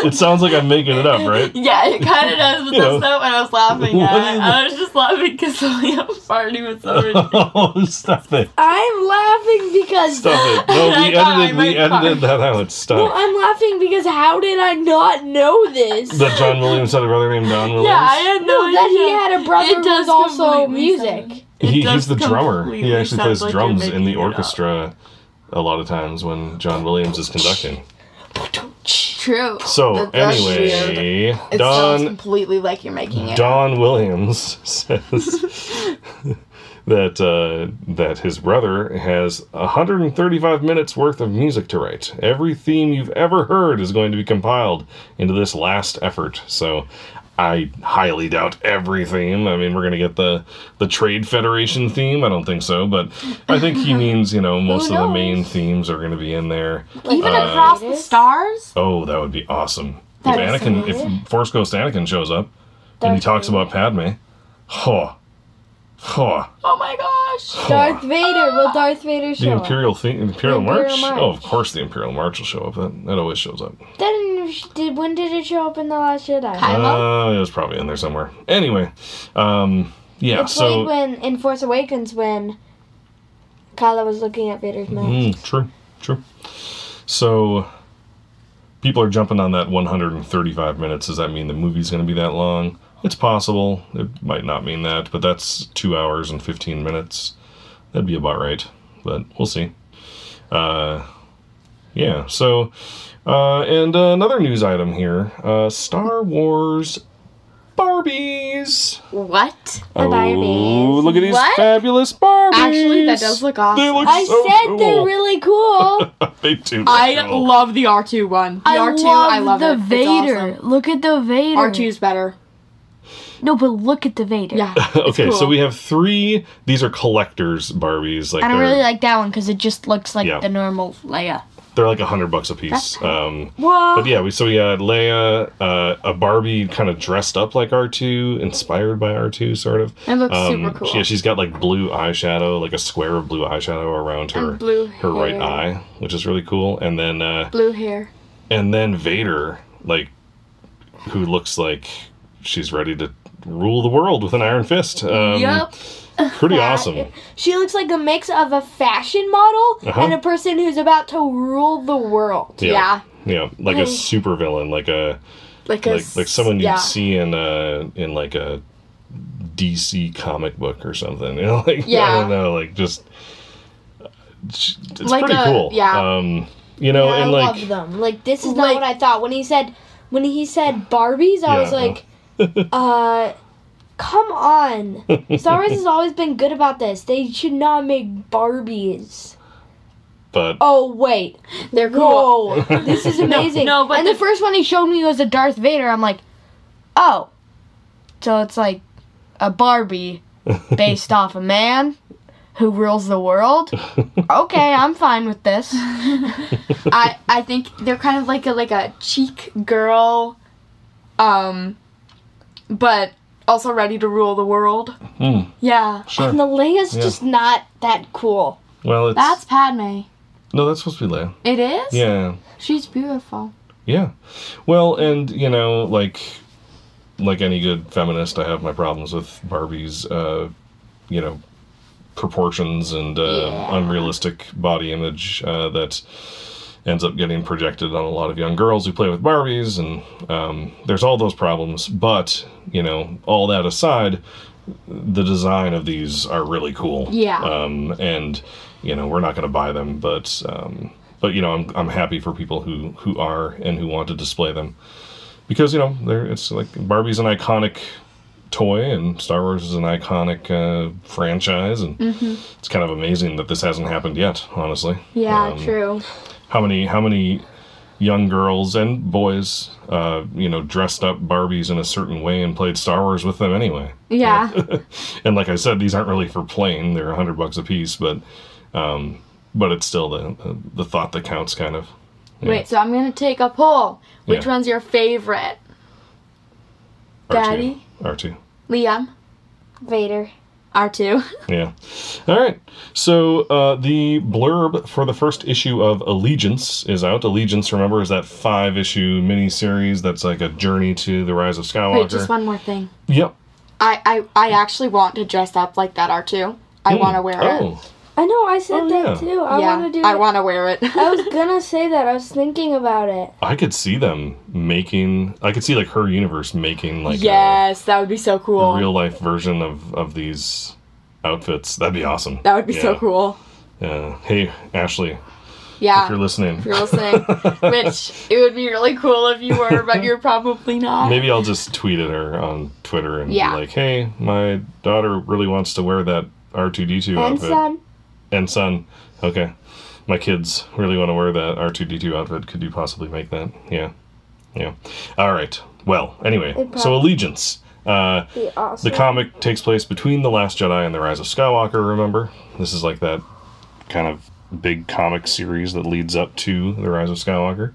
[SPEAKER 2] It sounds like I'm making it up, right?
[SPEAKER 3] Yeah, it kind of does, but
[SPEAKER 2] You know.
[SPEAKER 3] that's not what I was laughing
[SPEAKER 2] What
[SPEAKER 3] at.
[SPEAKER 2] is
[SPEAKER 3] I was just laughing because Liam farting was so ridiculous.
[SPEAKER 2] oh, stop it!
[SPEAKER 4] I'm laughing because.
[SPEAKER 2] Stop it! No,
[SPEAKER 3] I
[SPEAKER 2] we
[SPEAKER 3] thought I
[SPEAKER 2] edited. We
[SPEAKER 3] might fart.
[SPEAKER 2] edited that out.
[SPEAKER 4] Well,
[SPEAKER 2] Stop.
[SPEAKER 4] I'm laughing because how did I not know this?
[SPEAKER 2] That John Williams had a brother named Don Williams.
[SPEAKER 3] Yeah, I had no,
[SPEAKER 4] no, that he
[SPEAKER 3] idea.
[SPEAKER 4] had a brother
[SPEAKER 3] It
[SPEAKER 4] who
[SPEAKER 3] does
[SPEAKER 4] was also
[SPEAKER 3] completely sound-
[SPEAKER 4] music.
[SPEAKER 3] It
[SPEAKER 2] he,
[SPEAKER 3] does
[SPEAKER 2] he's the drummer. He
[SPEAKER 3] completely
[SPEAKER 2] actually
[SPEAKER 3] sound
[SPEAKER 2] plays
[SPEAKER 3] like you're
[SPEAKER 2] drums in the
[SPEAKER 3] making it up.
[SPEAKER 2] orchestra a lot of times when John Williams is conducting.
[SPEAKER 3] True.
[SPEAKER 2] So
[SPEAKER 3] That's actually-
[SPEAKER 2] anyway,
[SPEAKER 3] it sounds
[SPEAKER 2] Don
[SPEAKER 3] completely like you're making it.
[SPEAKER 2] Don Williams says that uh, that his brother has 135 minutes worth of music to write. Every theme you've ever heard is going to be compiled into this last effort. So. I highly doubt every theme. I mean, we're gonna get the the Trade Federation theme. I don't think so, but I think he means you know most of the main themes are gonna be in there.
[SPEAKER 3] Even
[SPEAKER 2] Uh,
[SPEAKER 3] across the stars.
[SPEAKER 2] Oh, that would be awesome.
[SPEAKER 3] That'd be
[SPEAKER 2] if
[SPEAKER 3] so
[SPEAKER 2] Anakin,
[SPEAKER 3] nice.
[SPEAKER 2] if Force Ghost Anakin shows up and he talks about Padme, huh, huh,
[SPEAKER 3] Oh my gosh.
[SPEAKER 2] huh.
[SPEAKER 4] Darth Vader. Will Darth Vader
[SPEAKER 2] the
[SPEAKER 4] show up?
[SPEAKER 2] Imperial theme, Imperial,
[SPEAKER 4] Imperial
[SPEAKER 2] March?
[SPEAKER 4] March.
[SPEAKER 2] Oh, of course, the Imperial March will show up. That, that always shows up.
[SPEAKER 4] Then did when did it show up in the Last Jedi?
[SPEAKER 3] Kylo?
[SPEAKER 2] Uh, it was probably in there somewhere. Anyway, um, yeah.
[SPEAKER 4] It's
[SPEAKER 2] so,
[SPEAKER 4] like when in Force Awakens when Kylo was looking at Vader's mouth.
[SPEAKER 2] Mm, true, true. So people are jumping on that 135 minutes. Does that mean the movie's going to be that long? It's possible. It might not mean that, but that's two hours and 15 minutes. That'd be about right, but we'll see. Uh, yeah, so, uh, and uh, another news item here uh, Star Wars Barbies.
[SPEAKER 3] What?
[SPEAKER 2] Oh,
[SPEAKER 4] Barbies.
[SPEAKER 2] look at these
[SPEAKER 3] What?
[SPEAKER 2] fabulous Barbies.
[SPEAKER 3] Actually, that does look
[SPEAKER 2] They
[SPEAKER 3] awesome.
[SPEAKER 2] look
[SPEAKER 4] I
[SPEAKER 2] so
[SPEAKER 4] said
[SPEAKER 2] Oh, cool.
[SPEAKER 4] they're really cool.
[SPEAKER 2] they do. look
[SPEAKER 3] I
[SPEAKER 2] cool.
[SPEAKER 3] love the R2 one. The
[SPEAKER 6] I
[SPEAKER 3] R2,
[SPEAKER 6] love
[SPEAKER 3] I love
[SPEAKER 6] the
[SPEAKER 3] it. It's
[SPEAKER 6] Vader.
[SPEAKER 3] awesome.
[SPEAKER 6] Look at the Vader.
[SPEAKER 3] R2's better.
[SPEAKER 6] No, but look at the Vader.
[SPEAKER 3] Yeah.
[SPEAKER 2] okay,
[SPEAKER 3] cool.
[SPEAKER 2] so we have three. These are collectors Barbies. Like
[SPEAKER 6] I don't
[SPEAKER 2] they're,
[SPEAKER 6] really like that one because it just looks like
[SPEAKER 2] Yeah.
[SPEAKER 6] the normal Leia.
[SPEAKER 2] they're like a hundred bucks a piece. Um,
[SPEAKER 4] Whoa.
[SPEAKER 2] but yeah, we so we had Leia, uh, a Barbie kind of dressed up like R two, inspired by R two, sort of.
[SPEAKER 3] It looks
[SPEAKER 2] Um,
[SPEAKER 3] super cool.
[SPEAKER 2] she- yeah, she's got like blue eyeshadow, like a square of blue eyeshadow around her
[SPEAKER 3] blue
[SPEAKER 2] her right
[SPEAKER 3] hair.
[SPEAKER 2] eye, which is really cool. And then uh,
[SPEAKER 3] Blue hair.
[SPEAKER 2] and then Vader, like, who looks like she's ready to rule the world with an iron fist. Um,
[SPEAKER 3] Yup.
[SPEAKER 2] Pretty awesome.
[SPEAKER 4] She looks like a mix of a fashion model
[SPEAKER 2] Uh-huh.
[SPEAKER 4] and a person who's about to rule the world.
[SPEAKER 3] Yeah.
[SPEAKER 2] Yeah, like a super villain, like a
[SPEAKER 3] Like, a,
[SPEAKER 2] like like someone you'd
[SPEAKER 3] yeah.
[SPEAKER 2] see in a in like a DC comic book or something. You know, like I
[SPEAKER 3] Yeah.
[SPEAKER 2] don't know, like just it's
[SPEAKER 3] Like
[SPEAKER 2] pretty
[SPEAKER 3] a-
[SPEAKER 2] cool.
[SPEAKER 3] yeah.
[SPEAKER 2] Um, you know,
[SPEAKER 4] I
[SPEAKER 2] and like
[SPEAKER 4] love them. Like this is not
[SPEAKER 3] Like-
[SPEAKER 4] what I thought when he said when he said Barbies. I
[SPEAKER 2] Yeah,
[SPEAKER 4] was like, uh, come on. Star Wars has always been good about this. They should not make Barbies.
[SPEAKER 2] but
[SPEAKER 4] Oh wait,
[SPEAKER 3] They're cool.
[SPEAKER 4] whoa, this is amazing.
[SPEAKER 6] no, but
[SPEAKER 4] and
[SPEAKER 6] the-
[SPEAKER 4] the first one he showed me was a Darth Vader. I'm like,
[SPEAKER 6] Oh, so it's like a Barbie based off a man who rules the world. okay, I'm fine with this.
[SPEAKER 3] I I think they're kind of like a like a cheek girl, um, but also ready to rule the world.
[SPEAKER 2] Hmm.
[SPEAKER 3] Yeah,
[SPEAKER 2] Sure.
[SPEAKER 4] And the Leia's
[SPEAKER 2] Yeah.
[SPEAKER 4] just not that cool.
[SPEAKER 2] Well, it's
[SPEAKER 3] that's Padme.
[SPEAKER 2] no, that's supposed to be Leia.
[SPEAKER 3] It is.
[SPEAKER 2] Yeah,
[SPEAKER 3] she's beautiful.
[SPEAKER 2] yeah. Well, and you know, like, like any good feminist, I have my problems with Barbie's, uh, you know, proportions and uh, unrealistic body image uh, that ends up getting projected on a lot of young girls who play with Barbies, and um, there's all those problems. But you know, all that aside, the design of these are really cool.
[SPEAKER 3] Yeah.
[SPEAKER 2] Um, and you know, we're not going to buy them, but um, but you know, I'm I'm happy for people who who are and who want to display them because you know, they're it's like Barbie's an iconic toy and Star Wars is an iconic uh, franchise and it's kind of amazing that this hasn't happened yet honestly
[SPEAKER 3] Yeah,
[SPEAKER 2] Um,
[SPEAKER 3] true.
[SPEAKER 2] how many how many young girls and boys uh, you know dressed up barbies in a certain way and played star wars with them anyway
[SPEAKER 3] Yeah,
[SPEAKER 2] and like i said these aren't really for playing they're 100 bucks a piece but um, but it's still the the thought that counts kind of
[SPEAKER 3] Wait, so I'm gonna take a poll. Which
[SPEAKER 2] Yeah.
[SPEAKER 3] one's your favorite? Daddy?
[SPEAKER 2] r2
[SPEAKER 3] Liam,
[SPEAKER 4] Vader.
[SPEAKER 3] R2.
[SPEAKER 2] Yeah. All right. So uh, the blurb for the first issue of Allegiance is out. Allegiance, remember, is that five issue miniseries that's like a journey to the rise of Skywalker.
[SPEAKER 3] Wait, just one more thing.
[SPEAKER 2] Yep.
[SPEAKER 3] I, I, I actually want to dress up like that R2. I want to wear it.
[SPEAKER 2] Oh,
[SPEAKER 4] I know, I said
[SPEAKER 2] Oh,
[SPEAKER 4] that
[SPEAKER 2] yeah.
[SPEAKER 4] too. I
[SPEAKER 3] yeah,
[SPEAKER 4] want to do
[SPEAKER 3] I
[SPEAKER 4] it.
[SPEAKER 3] want to wear it.
[SPEAKER 4] I was gonna say that. I was thinking about it.
[SPEAKER 2] I could see them making. I could see like her universe making like
[SPEAKER 3] yes, that would be so
[SPEAKER 2] a
[SPEAKER 3] cool.
[SPEAKER 2] real life version of of these outfits. That'd be awesome.
[SPEAKER 3] that would be so
[SPEAKER 2] Yeah.
[SPEAKER 3] cool.
[SPEAKER 2] Yeah. Hey, Ashley,
[SPEAKER 3] Yeah.
[SPEAKER 2] if
[SPEAKER 4] Uh,
[SPEAKER 2] you're listening,
[SPEAKER 3] you're listening. Which it would be really cool if you were, but you're probably not.
[SPEAKER 2] Maybe I'll just tweet at her on Twitter and
[SPEAKER 3] Yeah.
[SPEAKER 2] be like, "Hey, my daughter really wants to wear that R2D2
[SPEAKER 4] And
[SPEAKER 2] outfit."
[SPEAKER 4] son,
[SPEAKER 2] And son. Okay. My kids really want to wear that R2D2 outfit. Could you possibly make that? Yeah. Yeah. All right. Well, anyway, so
[SPEAKER 4] probably-
[SPEAKER 2] Allegiance. Uh,
[SPEAKER 4] be awesome.
[SPEAKER 2] the comic takes place between The Last Jedi and The Rise of Skywalker, remember? This is like that kind of big comic series that leads up to The Rise of Skywalker.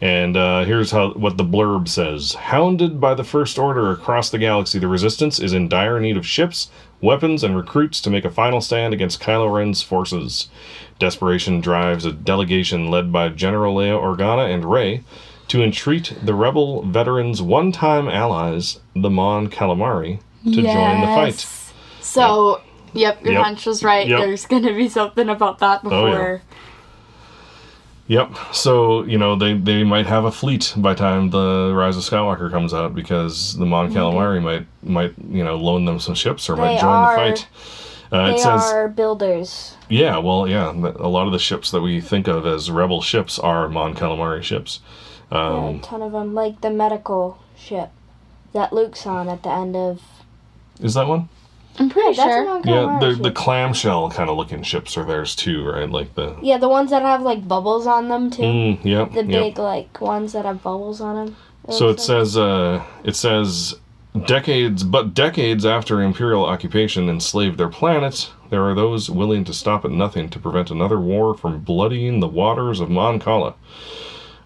[SPEAKER 2] And uh, here's how what the blurb says Hounded by the First Order across the galaxy, the Resistance is in dire need of ships, weapons, and recruits to make a final stand against Kylo Ren's forces. Desperation drives a delegation led by General Leia Organa and Rey to entreat the rebel veterans' one time allies, the Mon Calamari, to join the fight.
[SPEAKER 3] Yes. So, yep, your
[SPEAKER 2] Yep.
[SPEAKER 3] hunch was right.
[SPEAKER 2] Yep. Oh,
[SPEAKER 3] There's going to be something about that
[SPEAKER 2] yeah.
[SPEAKER 3] before.
[SPEAKER 2] Yep. So you know they they might have a fleet by time the Rise of Skywalker comes out because the Mon Calamari might might you know loan them some ships or might
[SPEAKER 4] They
[SPEAKER 2] join
[SPEAKER 4] are-
[SPEAKER 2] the fight. Uh,
[SPEAKER 4] they
[SPEAKER 2] it says,
[SPEAKER 4] are builders.
[SPEAKER 2] yeah, well, yeah, a lot of the ships that we think of as rebel ships are Mon Calamari ships.
[SPEAKER 4] Yeah, a ton of them, like the medical ship that Luke's on at the end of.
[SPEAKER 2] Is that one?
[SPEAKER 3] I'm pretty
[SPEAKER 4] That's
[SPEAKER 3] sure.
[SPEAKER 4] an
[SPEAKER 2] Yeah,
[SPEAKER 4] Ankara
[SPEAKER 2] the
[SPEAKER 4] ship.
[SPEAKER 2] the clamshell kind of looking ships are theirs too, right? Like the
[SPEAKER 4] yeah, the ones that have like bubbles on them too.
[SPEAKER 2] mm, yep,
[SPEAKER 4] The
[SPEAKER 2] yep.
[SPEAKER 4] big like ones that have bubbles on them.
[SPEAKER 2] So it says uh, it says decades, but decades after imperial occupation enslaved their planet, there are those willing to stop at nothing to prevent another war from bloodying the waters of Mon Cala.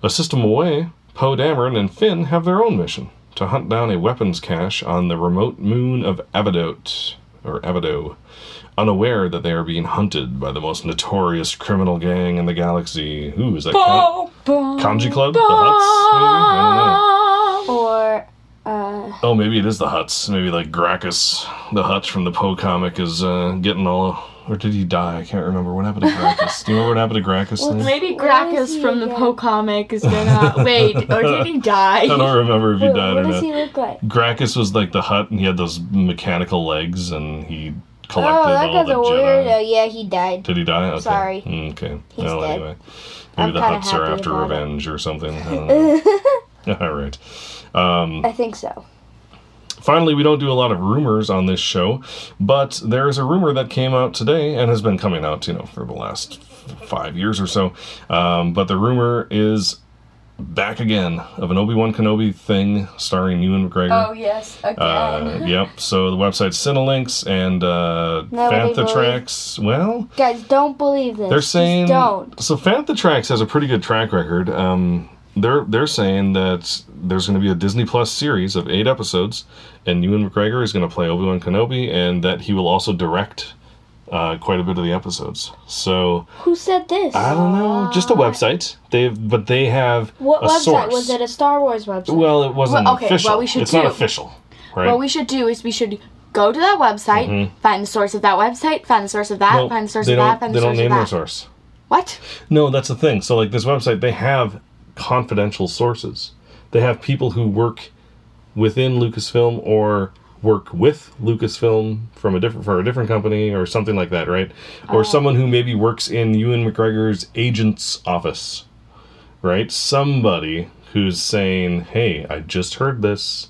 [SPEAKER 2] A system away, Poe Dameron and Finn have their own mission to hunt down a weapons cache on the remote moon of Avidote or Avido, unaware that they are being hunted by the most notorious criminal gang in the galaxy. Who is that? Con-
[SPEAKER 3] Oh, boom.
[SPEAKER 2] Kanji Club? The Huts? Maybe? I don't know.
[SPEAKER 4] Or uh,
[SPEAKER 2] Oh, maybe it is the Huts. Maybe like Gracchus, the Hut from the Poe comic, is uh, getting all. Or did he die? I can't remember. What happened to Gracchus? Do you remember what happened to Gracchus? then?
[SPEAKER 3] Maybe
[SPEAKER 4] is
[SPEAKER 3] Gracchus
[SPEAKER 4] he
[SPEAKER 3] from the
[SPEAKER 4] again?
[SPEAKER 3] Poe comic is gonna wait, or did he die?
[SPEAKER 2] I don't remember if he
[SPEAKER 4] what,
[SPEAKER 2] died or
[SPEAKER 4] what does
[SPEAKER 2] not.
[SPEAKER 4] he look like?
[SPEAKER 2] Gracchus was like the Hut, and he had those mechanical legs, and he
[SPEAKER 4] Oh,
[SPEAKER 2] collected
[SPEAKER 4] that
[SPEAKER 2] all
[SPEAKER 4] guy's
[SPEAKER 2] the
[SPEAKER 4] a
[SPEAKER 2] Jedi.
[SPEAKER 4] weirdo. Yeah, he died.
[SPEAKER 2] Did he die? Okay.
[SPEAKER 4] Sorry.
[SPEAKER 2] Mm, okay.
[SPEAKER 4] He's
[SPEAKER 2] well,
[SPEAKER 4] dead.
[SPEAKER 2] anyway, maybe
[SPEAKER 4] I'm
[SPEAKER 2] the
[SPEAKER 4] kinda
[SPEAKER 2] Huts are
[SPEAKER 4] happy
[SPEAKER 2] after
[SPEAKER 4] about it.
[SPEAKER 2] revenge or something. I don't know. all right.
[SPEAKER 4] I think so.
[SPEAKER 2] Finally, we don't do a lot of rumors on this show, but there is a rumor that came out today and has been coming out, you know, for the last f- five years or so. Um, but the rumor is back again of an Obi Wan Kenobi thing starring Ewan McGregor.
[SPEAKER 3] Oh yes, again.
[SPEAKER 2] Uh, yep. So the website's Cinelinks and uh,
[SPEAKER 4] Nobody
[SPEAKER 2] Fantatrax. Well,
[SPEAKER 4] Guys, don't believe this.
[SPEAKER 2] they're
[SPEAKER 4] Just
[SPEAKER 2] saying
[SPEAKER 4] don't.
[SPEAKER 2] so. Fantatrax has a pretty good track record. Um, they're they're saying that there's going to be a Disney Plus series of eight episodes, and Ewan McGregor is going to play Obi Wan Kenobi, and that he will also direct uh, quite a bit of the episodes. So
[SPEAKER 4] Who said this?
[SPEAKER 2] I don't know, just a website. They've but they have
[SPEAKER 4] what
[SPEAKER 2] a
[SPEAKER 4] website
[SPEAKER 2] source.
[SPEAKER 4] was it? A Star Wars website?
[SPEAKER 2] Well, it wasn't
[SPEAKER 3] Well, okay,
[SPEAKER 2] official.
[SPEAKER 3] what we should
[SPEAKER 2] it's not
[SPEAKER 3] do-
[SPEAKER 2] official, right?
[SPEAKER 3] What we should do is we should go to that website, find the source of that website, find the source of that,
[SPEAKER 2] No,
[SPEAKER 3] find the source
[SPEAKER 2] they
[SPEAKER 3] of
[SPEAKER 2] don't,
[SPEAKER 3] that, find the
[SPEAKER 2] they don't
[SPEAKER 3] source
[SPEAKER 2] name
[SPEAKER 3] of that.
[SPEAKER 2] their source.
[SPEAKER 3] What?
[SPEAKER 2] No, that's the thing. So like this website, they have confidential sources. They have people who work within Lucasfilm or work with Lucasfilm from a different for a different company or something like that, right? Or someone who maybe works in Ewan McGregor's agent's office, right? Somebody who's saying, "Hey, I just heard this."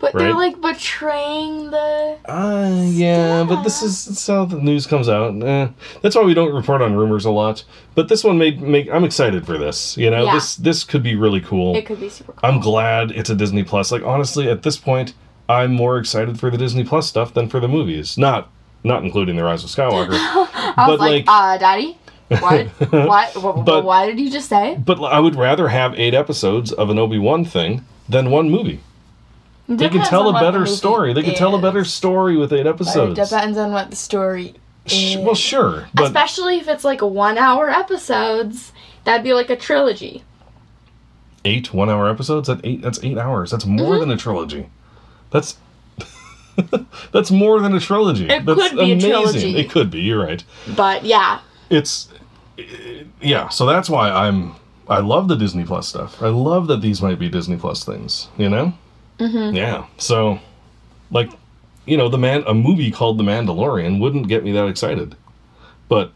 [SPEAKER 3] But they're
[SPEAKER 2] Right.
[SPEAKER 3] like betraying the.
[SPEAKER 2] Uh, yeah, but this is it's how the news comes out. Eh, that's why we don't report on rumors a lot. But this one made make I'm excited for this. You know,
[SPEAKER 3] Yeah.
[SPEAKER 2] this this could be really cool.
[SPEAKER 3] It could be super. Cool.
[SPEAKER 2] I'm glad it's a Disney Plus. Like honestly, at this point, I'm more excited for the Disney Plus stuff than for the movies. Not not including the Rise of Skywalker.
[SPEAKER 3] I was
[SPEAKER 2] but, like-
[SPEAKER 3] like, uh, Daddy, what? why? wh- wh-
[SPEAKER 2] But-
[SPEAKER 3] why did you just say?
[SPEAKER 2] but I would rather have eight episodes of an Obi wan thing than one movie. They can
[SPEAKER 3] Depends
[SPEAKER 2] tell
[SPEAKER 3] on
[SPEAKER 2] a
[SPEAKER 3] what the
[SPEAKER 2] better
[SPEAKER 3] movie
[SPEAKER 2] story. They can tell a
[SPEAKER 3] is.
[SPEAKER 2] better story with eight
[SPEAKER 3] It
[SPEAKER 2] episodes.
[SPEAKER 3] depends on what the story.
[SPEAKER 2] Sh- well, sure, but
[SPEAKER 3] Especially if it's like one-hour episodes, that'd be like a trilogy.
[SPEAKER 2] eight one hour episodes that eight that's eight hours that's more
[SPEAKER 3] Mm-hmm.
[SPEAKER 2] than a trilogy that's that's more than a trilogy
[SPEAKER 3] It
[SPEAKER 2] that's
[SPEAKER 3] could be a trilogy.
[SPEAKER 2] it could be you're right
[SPEAKER 3] But yeah,
[SPEAKER 2] it's yeah so that's why i'm i love the disney plus stuff i love that these might be disney plus things you know mm-hmm. yeah so like you know the man a movie called the mandalorian wouldn't get me that excited but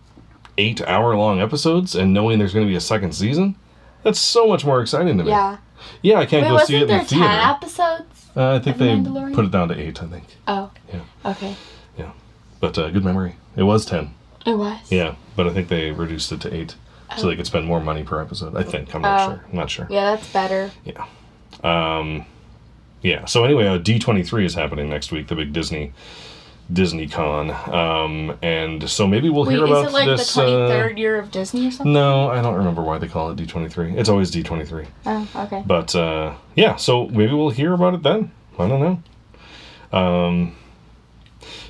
[SPEAKER 2] eight hour long episodes and knowing there's going to be a second season that's so much more exciting to me
[SPEAKER 3] yeah.
[SPEAKER 2] yeah, I can't
[SPEAKER 3] Wait,
[SPEAKER 2] go see it in
[SPEAKER 3] wasn't
[SPEAKER 2] the
[SPEAKER 3] there
[SPEAKER 2] theater.
[SPEAKER 3] ten episodes?
[SPEAKER 2] Uh, I think
[SPEAKER 3] The
[SPEAKER 2] they
[SPEAKER 3] Mandalorian?
[SPEAKER 2] put it down to eight. I think.
[SPEAKER 3] Oh.
[SPEAKER 2] Yeah.
[SPEAKER 3] Okay.
[SPEAKER 2] Yeah, but uh, good memory. It was ten.
[SPEAKER 3] It was.
[SPEAKER 2] Yeah, but I think they reduced it to eight, so they could spend more money per episode. I think. I'm not
[SPEAKER 3] Oh.
[SPEAKER 2] sure. I'm not sure.
[SPEAKER 3] Yeah, that's better.
[SPEAKER 2] Yeah. Um, yeah. So anyway, uh, D23 is happening next week, the big Disney Disney Con, um, and so maybe we'll
[SPEAKER 3] Wait,
[SPEAKER 2] hear
[SPEAKER 3] is
[SPEAKER 2] about
[SPEAKER 3] it like
[SPEAKER 2] this.
[SPEAKER 3] the
[SPEAKER 2] uh,
[SPEAKER 3] 23rd year of Disney or something?
[SPEAKER 2] no, I don't remember why they call it D23. It's always D23.
[SPEAKER 3] Oh, okay.
[SPEAKER 2] But uh, yeah, so maybe we'll hear about it then. I don't know. Um,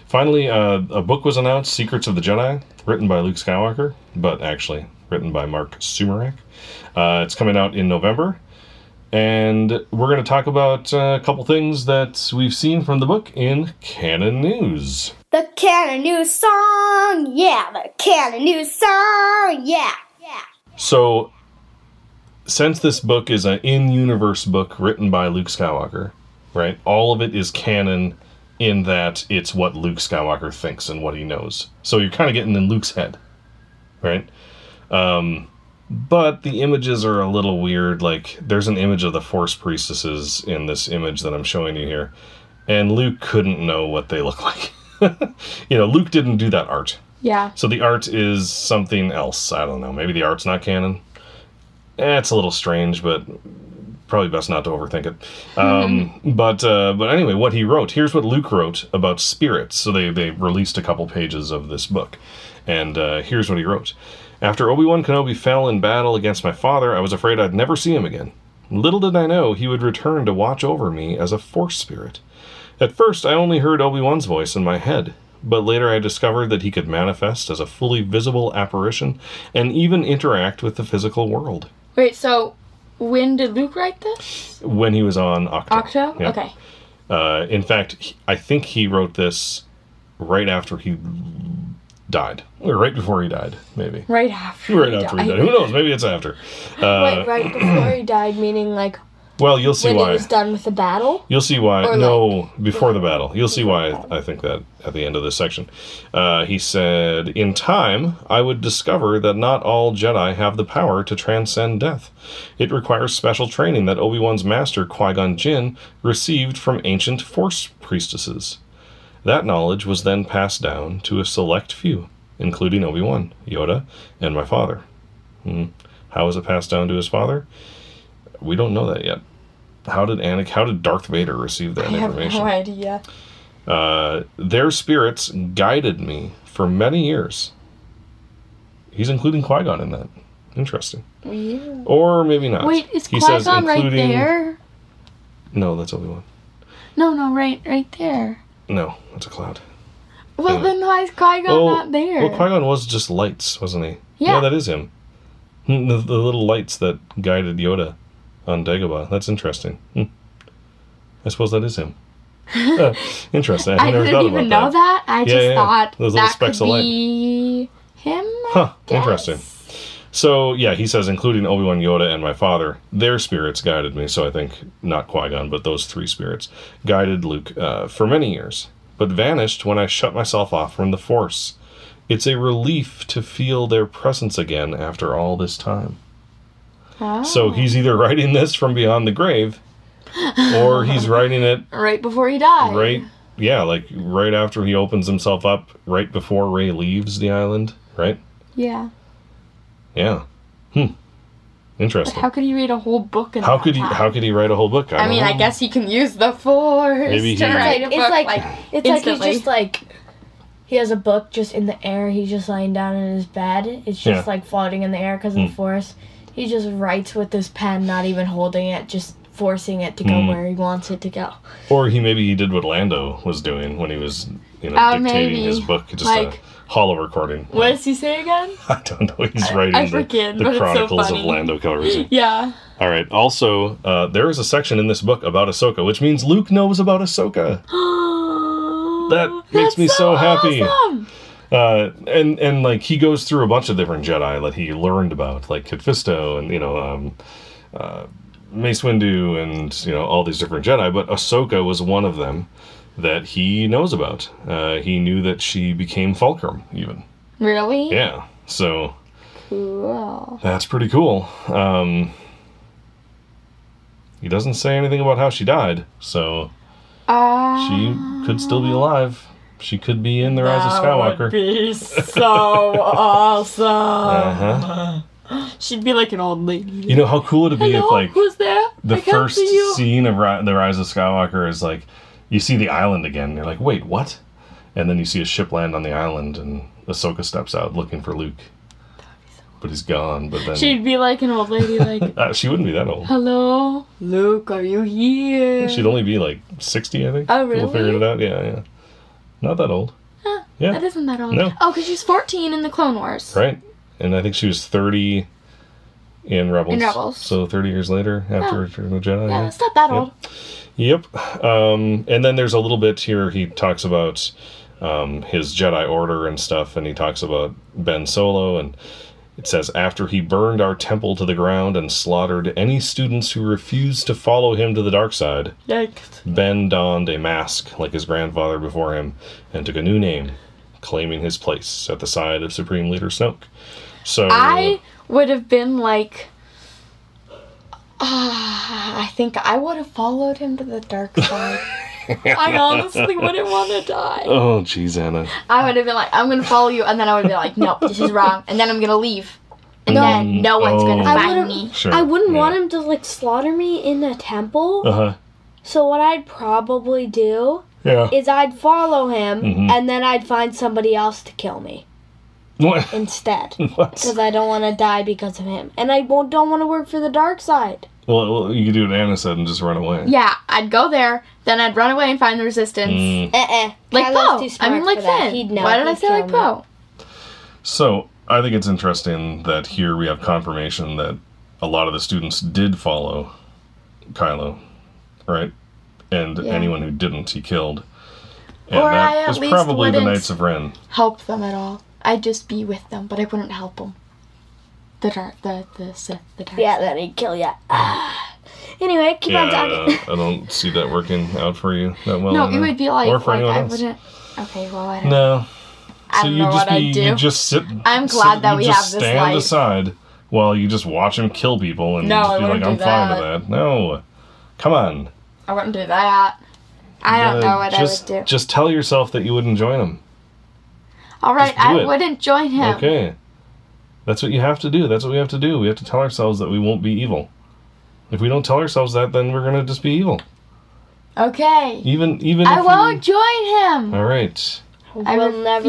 [SPEAKER 2] finally, uh, a book was announced, Secrets of the Jedi, written by Luke Skywalker, but actually written by Mark Sumerak. Uh, it's coming out in November. And we're going to talk about uh, a couple things that we've seen from the book in canon news.
[SPEAKER 7] The canon news song, yeah. The canon news song, yeah. Yeah.
[SPEAKER 2] So, since this book is an in universe book written by Luke Skywalker, right, all of it is canon in that it's what Luke Skywalker thinks and what he knows. So, you're kind of getting in Luke's head, right? Um, but the images are a little weird. Like, there's an image of the Force priestesses in this image that I'm showing you here, and Luke couldn't know what they look like. you know, Luke didn't do that art.
[SPEAKER 3] Yeah.
[SPEAKER 2] So the art is something else. I don't know. Maybe the art's not canon. Eh, it's a little strange, but probably best not to overthink it. Um, but uh, but anyway, what he wrote. Here's what Luke wrote about spirits. So they they released a couple pages of this book, and uh, here's what he wrote. After Obi Wan Kenobi fell in battle against my father, I was afraid I'd never see him again. Little did I know he would return to watch over me as a force spirit. At first, I only heard Obi Wan's voice in my head, but later I discovered that he could manifest as a fully visible apparition and even interact with the physical world.
[SPEAKER 3] Wait, so when did Luke write this?
[SPEAKER 2] When he was on Octo.
[SPEAKER 3] Octo?
[SPEAKER 2] Yeah.
[SPEAKER 3] Okay.
[SPEAKER 2] Uh, in fact, he- I think he wrote this right after he died, or right before he died, maybe.
[SPEAKER 3] Right after.
[SPEAKER 2] Right after he died. Who knows? Maybe it's after. Uh,
[SPEAKER 4] Wait, right before he died, meaning like
[SPEAKER 2] well, you'll see
[SPEAKER 4] when
[SPEAKER 2] why.
[SPEAKER 4] he was done with the battle?
[SPEAKER 2] You'll see why.
[SPEAKER 4] Or,
[SPEAKER 2] no, before the battle. You'll see why I think that at the end of this section. Uh, he said, In time, I would discover that not all Jedi have the power to transcend death. It requires special training that Obi Wan's master, Qui Gon Jinn, received from ancient Force priestesses. That knowledge was then passed down to a select few, including Obi Wan, Yoda, and my father. Hmm. How was it passed down to his father? We don't know that yet. How did Anakin? How did Darth Vader receive that
[SPEAKER 3] I have
[SPEAKER 2] information?
[SPEAKER 3] no idea.
[SPEAKER 2] Uh, their spirits guided me for many years. He's including Qui Gon in that. Interesting. Or maybe not.
[SPEAKER 3] Wait, is
[SPEAKER 2] He
[SPEAKER 3] Qui
[SPEAKER 2] says
[SPEAKER 3] Gon right
[SPEAKER 2] including-
[SPEAKER 3] there?
[SPEAKER 2] No, that's Obi Wan.
[SPEAKER 3] No, no, right, right there.
[SPEAKER 2] No, that's a cloud.
[SPEAKER 3] Well,
[SPEAKER 2] Yeah.
[SPEAKER 3] then why is Qui Gon not there?
[SPEAKER 2] well, Qui Gon was just lights, wasn't he?
[SPEAKER 3] Yeah.
[SPEAKER 2] that is him. Hmm, The, the little lights that guided Yoda on Dagobah. That's interesting. Hmm. I suppose that is him. Huh, interesting. I,
[SPEAKER 3] I
[SPEAKER 2] never
[SPEAKER 3] didn't
[SPEAKER 2] thought
[SPEAKER 3] even know
[SPEAKER 2] about
[SPEAKER 3] that. I just
[SPEAKER 2] yeah, yeah.
[SPEAKER 3] thought
[SPEAKER 2] Those little
[SPEAKER 3] that
[SPEAKER 2] specks of
[SPEAKER 3] could
[SPEAKER 2] light.
[SPEAKER 3] be him.
[SPEAKER 2] Huh, interesting. So yeah, he says, including Obi Wan, Yoda, and my father, their spirits guided me. So I think not Qui Gon, but those three spirits guided Luke uh, for many years, but vanished when I shut myself off from the Force. It's a relief to feel their presence again after all this time. So he's either writing this from beyond the grave, or he's writing it
[SPEAKER 3] Right before he died.
[SPEAKER 2] right yeah like right after he opens himself up right before ray leaves the island right
[SPEAKER 3] Yeah.
[SPEAKER 2] yeah hmm interesting
[SPEAKER 3] How could he read a whole book in
[SPEAKER 2] how
[SPEAKER 3] that
[SPEAKER 2] could he
[SPEAKER 3] time?
[SPEAKER 2] how could he write a whole book
[SPEAKER 3] I
[SPEAKER 2] don't
[SPEAKER 3] mean, I
[SPEAKER 2] know.
[SPEAKER 3] guess he can use the force
[SPEAKER 2] Maybe
[SPEAKER 3] to
[SPEAKER 2] he-
[SPEAKER 3] write a book.
[SPEAKER 4] It's like, it's like he's
[SPEAKER 3] instantly.
[SPEAKER 4] just like he has a book just in the air. He's just lying down in his bed. It's just
[SPEAKER 2] Yeah. Hmm.
[SPEAKER 4] like floating in the air because of the force. He just writes with his pen, not even holding it, just forcing it to go
[SPEAKER 2] Hmm.
[SPEAKER 4] where he wants it to go.
[SPEAKER 2] or he maybe he did what lando was doing when he was you know
[SPEAKER 3] Oh,
[SPEAKER 2] dictating
[SPEAKER 3] maybe.
[SPEAKER 2] his book just
[SPEAKER 3] Like-
[SPEAKER 2] a hollow recording
[SPEAKER 3] what does he say again?
[SPEAKER 2] i don't know he's writing the-
[SPEAKER 3] forget,
[SPEAKER 2] the,
[SPEAKER 3] but it's so
[SPEAKER 2] chronicles of
[SPEAKER 3] funny.
[SPEAKER 2] lando calrissian
[SPEAKER 3] Yeah.
[SPEAKER 2] all right also uh, there is a section in this book about ahsoka which means luke knows about ahsoka that makes
[SPEAKER 3] That's
[SPEAKER 2] me so, happy
[SPEAKER 3] awesome.
[SPEAKER 2] uh, and and like he goes through a bunch of different Jedi that he learned about, like Kit Fisto and you know um, uh, Mace Windu and you know all these different Jedi. But Ahsoka was one of them that he knows about. Uh, he knew that she became Fulcrum, even.
[SPEAKER 3] Really?
[SPEAKER 2] Yeah, so
[SPEAKER 3] Cool.
[SPEAKER 2] that's pretty cool. Um, he doesn't say anything about how she died, so
[SPEAKER 3] Uh,
[SPEAKER 2] she could still be alive. She could be in the Rise of
[SPEAKER 3] that would
[SPEAKER 2] Skywalker.
[SPEAKER 3] be so awesome.
[SPEAKER 2] Uh-huh.
[SPEAKER 3] She'd be like an old lady.
[SPEAKER 2] You know how cool it'd be
[SPEAKER 3] Hello,
[SPEAKER 2] if like
[SPEAKER 3] who's there?
[SPEAKER 2] the
[SPEAKER 3] I can't
[SPEAKER 2] first
[SPEAKER 3] see you.
[SPEAKER 2] scene of Ri- the Rise of Skywalker is like you see the island again. And you're like, wait, what? And then you see a ship land on the island, and Ahsoka steps out looking for Luke, but he's gone. But then
[SPEAKER 3] She'd be like an old lady, like,
[SPEAKER 2] uh, she wouldn't be that old.
[SPEAKER 3] "Hello, Luke, are you here?"
[SPEAKER 2] She'd only be like sixty, I think.
[SPEAKER 3] Oh,
[SPEAKER 2] People
[SPEAKER 3] really?
[SPEAKER 2] figured it out. Yeah, yeah. Not that old. yeah.
[SPEAKER 3] That isn't that old.
[SPEAKER 2] No.
[SPEAKER 3] Oh, because she was 14 in the Clone Wars.
[SPEAKER 2] Right. And I think she was thirty in Rebels.
[SPEAKER 3] In Rebels.
[SPEAKER 2] So thirty years later, after Return of the Jedi.
[SPEAKER 3] Yeah, that's not that
[SPEAKER 2] Yep.
[SPEAKER 3] old.
[SPEAKER 2] Yep. Um, and then there's a little bit here. He talks about um, his Jedi Order and stuff, and he talks about Ben Solo. And it says, after he burned our temple to the ground and slaughtered any students who refused to follow him to the dark side,
[SPEAKER 3] Yikes.
[SPEAKER 2] Ben donned a mask like his grandfather before him and took a new name, claiming his place at the side of Supreme Leader Snoke. So
[SPEAKER 3] I would have been like, ah, I think I would have followed him to the dark side. I honestly wouldn't want to die.
[SPEAKER 2] Oh, jeez, Anna.
[SPEAKER 3] I would have been like, I'm gonna follow you, and then I would be like, no, this is wrong, and then I'm gonna leave, and then no one's gonna
[SPEAKER 2] oh. I
[SPEAKER 3] find
[SPEAKER 4] would've-
[SPEAKER 3] me.
[SPEAKER 2] Sure.
[SPEAKER 4] I wouldn't
[SPEAKER 2] yeah.
[SPEAKER 4] want him to like slaughter me in a temple.
[SPEAKER 2] Uh huh.
[SPEAKER 4] So what I'd probably do
[SPEAKER 2] Yeah.
[SPEAKER 4] is I'd follow him
[SPEAKER 2] Mhm.
[SPEAKER 4] and then I'd find somebody else to kill me
[SPEAKER 2] What?
[SPEAKER 4] instead.
[SPEAKER 2] what?
[SPEAKER 4] Because I don't want to die because of him. And I won't, don't want to work for the dark side.
[SPEAKER 2] Well, well, you could do what Anna said and just run away.
[SPEAKER 3] Yeah, I'd go there, then I'd run away and find the resistance.
[SPEAKER 2] Mm.
[SPEAKER 4] Uh-uh.
[SPEAKER 3] Like
[SPEAKER 4] Kylo's
[SPEAKER 3] Poe.
[SPEAKER 4] too
[SPEAKER 3] I
[SPEAKER 4] smart
[SPEAKER 3] mean, like
[SPEAKER 4] for that.
[SPEAKER 3] Finn.
[SPEAKER 4] He'd know.
[SPEAKER 3] Why did I
[SPEAKER 4] He'd
[SPEAKER 3] say
[SPEAKER 4] kill
[SPEAKER 3] like
[SPEAKER 4] me.
[SPEAKER 3] Poe?
[SPEAKER 2] So I think it's interesting that here we have confirmation that a lot of the students did follow Kylo, right? And anyone who didn't, he killed. And
[SPEAKER 3] Or
[SPEAKER 2] that
[SPEAKER 3] I at
[SPEAKER 2] was
[SPEAKER 3] least
[SPEAKER 2] probably the
[SPEAKER 3] wouldn't-
[SPEAKER 2] Knights of Ren.
[SPEAKER 3] Help them at all? I'd just be with them, but I wouldn't help them. The dark, the the Sith, the dark.
[SPEAKER 4] Yeah, then he'd kill you. anyway, keep
[SPEAKER 2] Yeah,
[SPEAKER 4] on talking.
[SPEAKER 2] I don't see that working out for you that well.
[SPEAKER 3] No,
[SPEAKER 2] Anna.
[SPEAKER 3] it would be like,
[SPEAKER 2] or for
[SPEAKER 3] like,
[SPEAKER 2] anyone
[SPEAKER 3] I
[SPEAKER 2] else.
[SPEAKER 3] wouldn't. Okay, well, I don't,
[SPEAKER 2] No,
[SPEAKER 3] I
[SPEAKER 2] so
[SPEAKER 3] don't
[SPEAKER 2] you
[SPEAKER 3] know
[SPEAKER 2] just
[SPEAKER 3] what
[SPEAKER 2] be
[SPEAKER 3] I'd do.
[SPEAKER 2] you just sit.
[SPEAKER 3] I'm
[SPEAKER 2] sit-
[SPEAKER 3] glad that
[SPEAKER 2] you
[SPEAKER 3] we
[SPEAKER 2] just
[SPEAKER 3] have this
[SPEAKER 2] stand
[SPEAKER 3] life.
[SPEAKER 2] aside while you just watch him kill people and
[SPEAKER 3] No,
[SPEAKER 2] just
[SPEAKER 3] I
[SPEAKER 2] be like,
[SPEAKER 3] wouldn't
[SPEAKER 2] I'm
[SPEAKER 3] do
[SPEAKER 2] fine with that. No, come on.
[SPEAKER 3] I wouldn't do that. I
[SPEAKER 2] gotta
[SPEAKER 3] don't know what
[SPEAKER 2] just,
[SPEAKER 3] I would do.
[SPEAKER 2] Just tell yourself that you wouldn't join him.
[SPEAKER 3] All right,
[SPEAKER 2] just do
[SPEAKER 3] I
[SPEAKER 2] it.
[SPEAKER 3] wouldn't join him.
[SPEAKER 2] Okay. That's what you have to do. That's what we have to do. We have to tell ourselves that we won't be evil. If we don't tell ourselves that, then we're gonna just be evil.
[SPEAKER 3] Okay.
[SPEAKER 2] Even even
[SPEAKER 3] I
[SPEAKER 2] if
[SPEAKER 3] won't join
[SPEAKER 2] You,
[SPEAKER 3] him.
[SPEAKER 2] all right,
[SPEAKER 3] I
[SPEAKER 4] will never